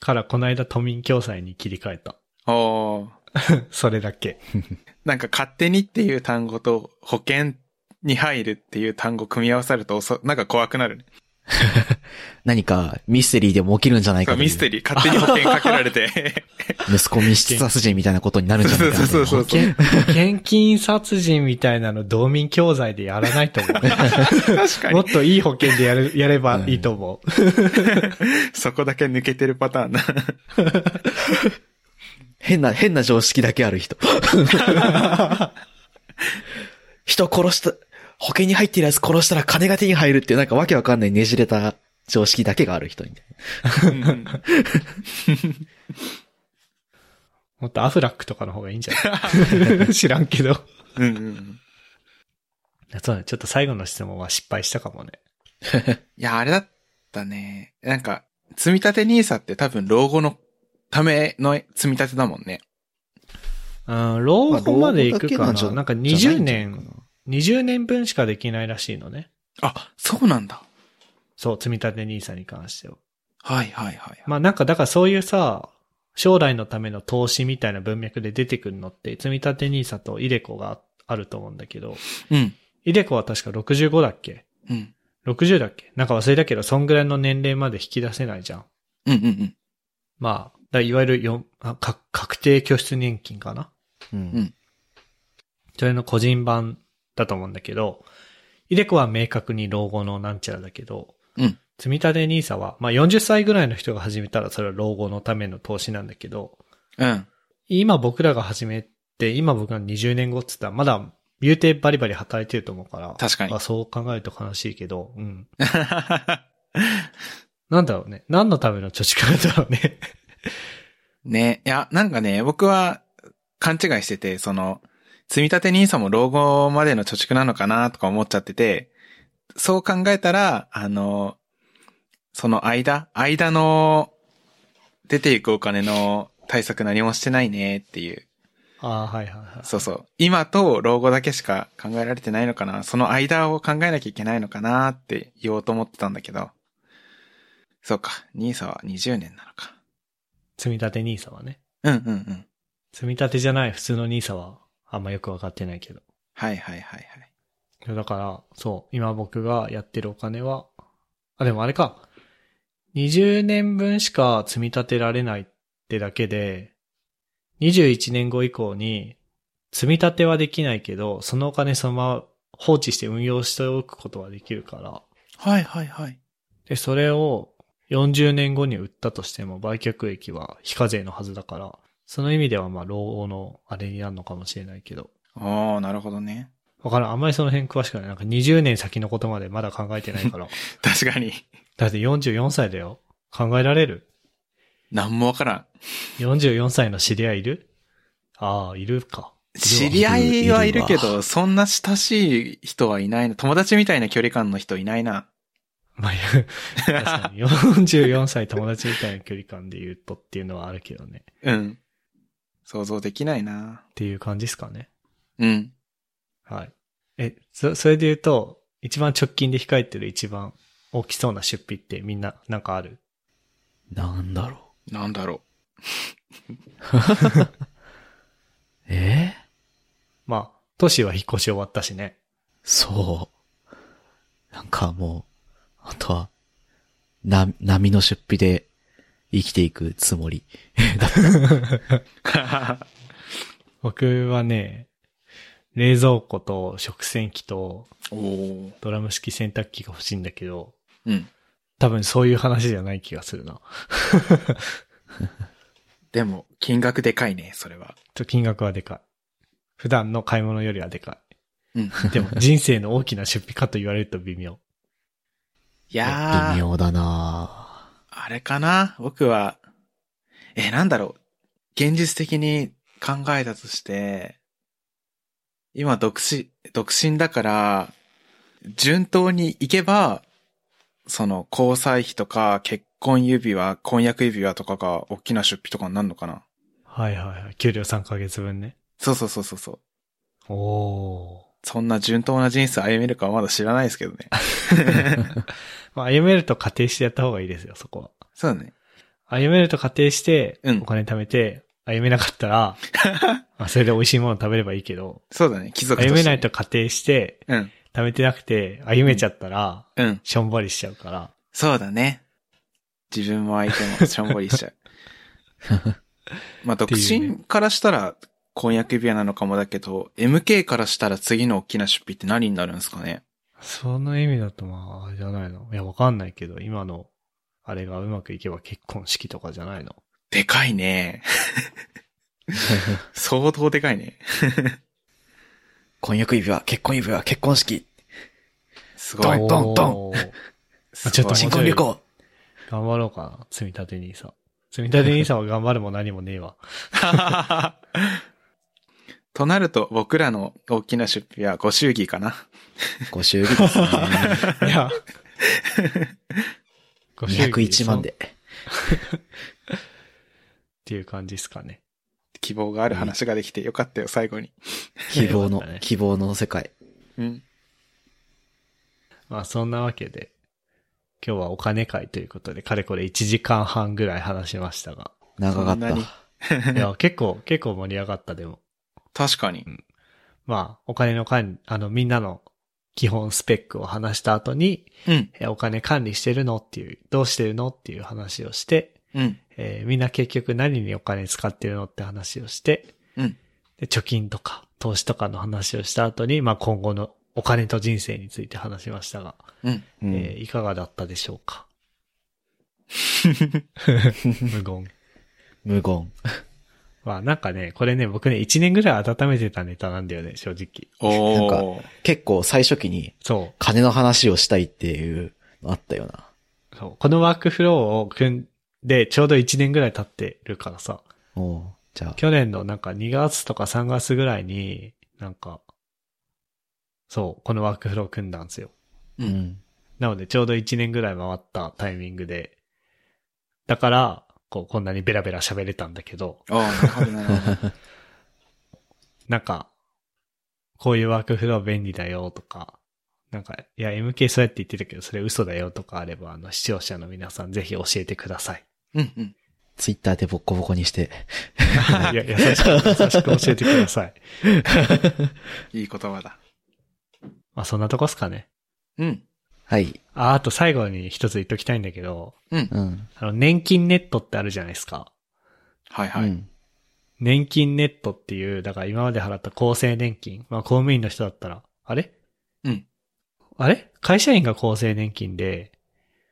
から、この間都民共済に切り替えた。
おー。
それだけ。
なんか勝手にっていう単語と保険に入るっていう単語組み合わさるとおそ、なんか怖くなるね。
何かミステリーでも起きるんじゃないかとい
ミステ
う。
リー、勝手に保険かけら れて。
息子密室殺人みたいなことになるんじゃないか な
そうそうそ
保
う
険、保険金殺人みたいなの道民教材でやらないと思
確か
う。もっ
に。
といい保険でやる、やればいいと思う。
そこだけ抜けてるパターンな。
変な、変な常識だけある人。人殺した、保険に入ってるやつ殺したら金が手に入るっていうなんかわけわかんないねじれた常識だけがある人みたいな。
もっとアフラックとかの方がいいんじゃない 知らんけど。
うんうん
そうだね。ちょっと最後の質問は失敗したかもね。
いや、あれだったね。なんか、積み立て NISA って多分老後のための積み立てだもんね。
うん、老後まで行くかな。
まあ老後だけじ
な
ゃ
んか20
じゃないんじゃない
年、
かな
20年分しかできないらしいのね。
あ、そうなんだ。
そう、積み立て NISA に関しては。
はいはいはい。
まあなんか、だからそういうさ、将来のための投資みたいな文脈で出てくるのって、積み立て NISA とイデコがあると思うんだけど、
うん。
イデコは確か65だっけ
うん。
?60 だっけなんか忘れたけど、そんぐらいの年齢まで引き出せないじゃん。
うんうんうん。
まあ、だいわゆるよあか確定拠出年金かな
う
うん
ん。
それの個人版だと思うんだけど、イデコは明確に老後のなんちゃらだけど、
うん
積み立て NISA は、まあ40歳ぐらいの人が始めたらそれは老後のための投資なんだけど、
うん。
今僕らが始めて、今僕が20年後って言ったら、まだ言うてバリバリ働いてると思うから、
確かに
まあ、。そう考えると悲しいけど、うん。
笑
なんだろうね。何のための貯蓄なんだろうね。
ね。いや、なんかね、僕は勘違いしてて、その、積み立て NISA も老後までの貯蓄なのかなとか思っちゃってて、そう考えたら、あの、その間、間の出ていくお金の対策何もしてないねっていう。
ああ、はいはいはい。
そうそう。今と老後だけしか考えられてないのかなその間を考えなきゃいけないのかなって言おうと思ってたんだけど。そうか。NISA は20年なのか。
積み立て NISA はね。
うんうんうん。
積み立てじゃない普通の NISA は、あんまよくわかってないけど。
はいはいはいはい。
いやだから、そう、今僕がやってるお金は、あ、でもあれか。20年分しか積み立てられないってだけで、21年後以降に、積み立てはできないけど、そのお金そのまま放置して運用しておくことはできるから、
はいはいはい。
で、それを40年後に売ったとしても売却益は非課税のはずだから、その意味ではまあ老後のあれになるのかもしれないけど。
ああ、なるほどね。
わからん。あんまりその辺詳しくない。なんか20年先のことまでまだ考えてないから。
確かに。
だって44歳だよ。考えられる
なんもわからん。
?44 歳の知り合いいるああ、いるか。
知り合いはいるけ
いる
ど、そんな親しい人はいないな。友達みたいな距離感の人いないな。
まあ、いや確かに44歳友達みたいな距離感で言うとっていうのはあるけどね。
うん。想像できないな
っ。ていう感じですかね。
うん。
はい。え、そ、それで言うと、一番直近で控えてる一番大きそうな出費ってみんななんかある
なんだろう。
なんだろ
えー
まあ、都市は引っ越し終わったしね。
そう。なんかもう、あとは、な、波の出費で生きていくつもり。
う。
僕はね、冷蔵庫と食洗機と
おお。
ドラム式洗濯機が欲しいんだけど、
うん。
多分そういう話じゃない気がするな。
でも、金額でかいね、それは。
ちょ金額はでかい。普段の買い物よりはでか
うん。
い。 でも人生の大きな出費かと言われると微妙。
いや
微
ー、
妙だな
あれかな僕は、え、なんだろう。現実的に考えたとして、今独身、独身だから、順当に行けば、その交際費とか結婚指輪、婚約指輪とかが大きな出費とかになるのかな
はいはいはい。給料3ヶ月分ね。
そうそうそうそうそう。
おお。
そんな順当な人生歩めるかはまだ知らないですけどね。
まあ、歩めると仮定してやった方がいいですよ、そこは。
そうだね。
歩めると仮定して
うん、
お金貯めて、歩めなかった ら、まあそれで美味しいもの食べればいいけど、
そうだね。貴族として。
歩めないと仮定して、
うん。
貯めてなくて、歩めちゃったら、
うん。
しょんぼりしちゃうから、
そうだね。自分も相手もしょんぼりしちゃう。まあ、独身からしたら婚約指輪なのかもだけど、MK からしたら次の大きな出費って何になるんですかね
その意味だとまあ、あれじゃないのいや、わかんないけど、今の、あれがうまくいけば結婚式とかじゃないの
でかいね。相当でかいね。
婚約指輪、結婚指輪、結婚式、
す
ド
ごい。
ンドンドン
おー
すごい
ちょっと
新婚旅行。
頑張ろうかな。積み立て兄さん。積み立て兄さんは頑張るも何もねえ わ。
となると、僕らの大きな出費はご祝儀かな。
ご祝儀ですね。
い や。
201万
っ
で。
ていう感じですかね。
希望がある話ができてよかったよ、最後に。
希望の
よかったね、
希望の世界。
うん。
まあそんなわけで、今日はお金会ということで、かれこれ1時間半ぐらい話しました が。
長かっ
そんな
た。
に
いや、結構、結構盛り上がったでも。
確かに。
まあ、お金の管理、あの、みんなの基本スペックを話した後に、
うん。
えお金管理してるのっていう、どうしてるのっていう話をして、
うん。
えーみんな結局何にお金使ってるのって話をして、
うん
で貯金とか投資とかの話をした後に、まあ、今後のお金と人生について話しましたが、
うん。
うん
えーいかがだったでしょうか無言。
無言。
まあなんかね、これね、僕ね、1年ぐらい温めてたネタなんだよね、正直。
お
な
ー。
結構最初期に
そ
金の話をしたいっていうのあったよな。
う。そうこのワークフローを組んで、ちょうど1年ぐらい経ってるからさ、
おうじゃあ、
去年のなんか2月とか3月ぐらいに、なんか、そう、このワークフロー組んだんですよ。
う。
うんん。
なので、ちょうど1年ぐらい回ったタイミングで、だから、こう、こんなにベラベラ喋れたんだけど、
おー、なるほどなるほど。
なんか、こういうワークフロー便利だよとか、なんか、いや、MK そうやって言ってたけど、それ嘘だよとかあれば、あの、視聴者の皆さんぜひ教えてください。
うんうん。
ツイッターでボッコボコにして。
いや、優しく、優しく教えてください。
いい言葉だ。
まあ、そんなとこっすかね。
うん。
はい。
あ、あと最後に一つ言っときたいんだけど、
うん。
うん。
あの、年金ネットってあるじゃないですか。
はいは
う
い。
ん
年金ネットっていう、だから今まで払った厚生年金。まあ公務員の人だったら、あれ
うん。
あれ会社員が厚生年金で、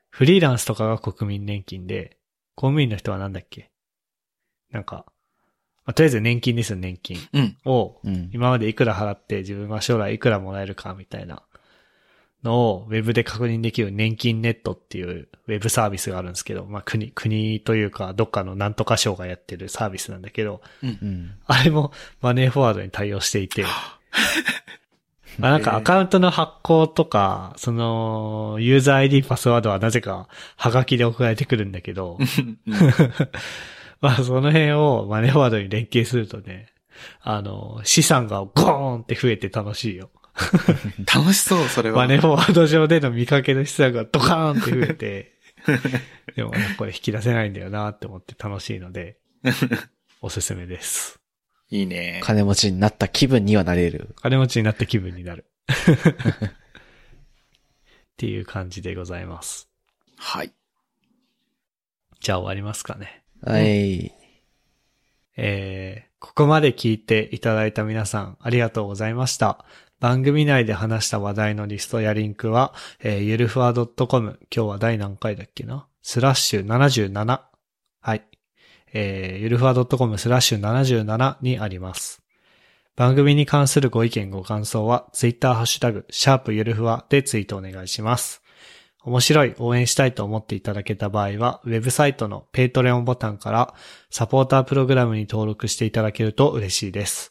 フリーランスとかが国民年金で、公務員の人はなんだっけなんか、まあ、とりあえず年金ですよ、年金。
うん。
を、
うん。
今までいくら払って自分が将来いくらもらえるかみたいなのをウェブで確認できる年金ネットっていうウェブサービスがあるんですけど、まあ国、国というかどっかのなんとか省がやってるサービスなんだけど、
うん。
あれもマネーフォワードに対応していて、まあなんかアカウントの発行とか、その、ユーザー ID パスワードはなぜかハガキで送られてくるんだけど、まあその辺をマネーフォワードに連携するとね、あの、資産がゴーンって増えて楽しいよ。
楽しそう、それは。
マネーフォワード上での見かけの資産がドカーンって増え て、でもねこれ引き出せないんだよなって思って楽しいの で、おすすめです。
いいね。
金持ちになった気分にはなれる。
金持ちになった気分にな る。っていう感じでございます。
はい。
じゃあ終わりますかね。
はい。
えー、ここまで聞いていただいた皆さんありがとうございました。番組内で話した話題のリストやリンクは、えー、ゆるふわ .com、今日は第何回だっけなスラッシュ77。はい。えー、ゆるふわ .com スラッシュ77にあります。番組に関するご意見ご感想は、ツイッターハッシュタグ、シャープゆるふわでツイートお願いします。面白い、応援したいと思っていただけた場合は、ウェブサイトのペイトレオンボタンから、サポータープログラムに登録していただけると嬉しいです。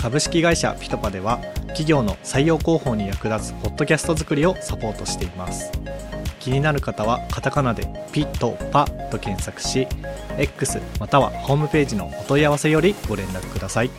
株式会社ピトパでは企業の採用広報に役立つポッドキャスト作りをサポートしています
気になる方はカタカナでピとパと検索し X またはホームページのお問い合わせよりご連絡ください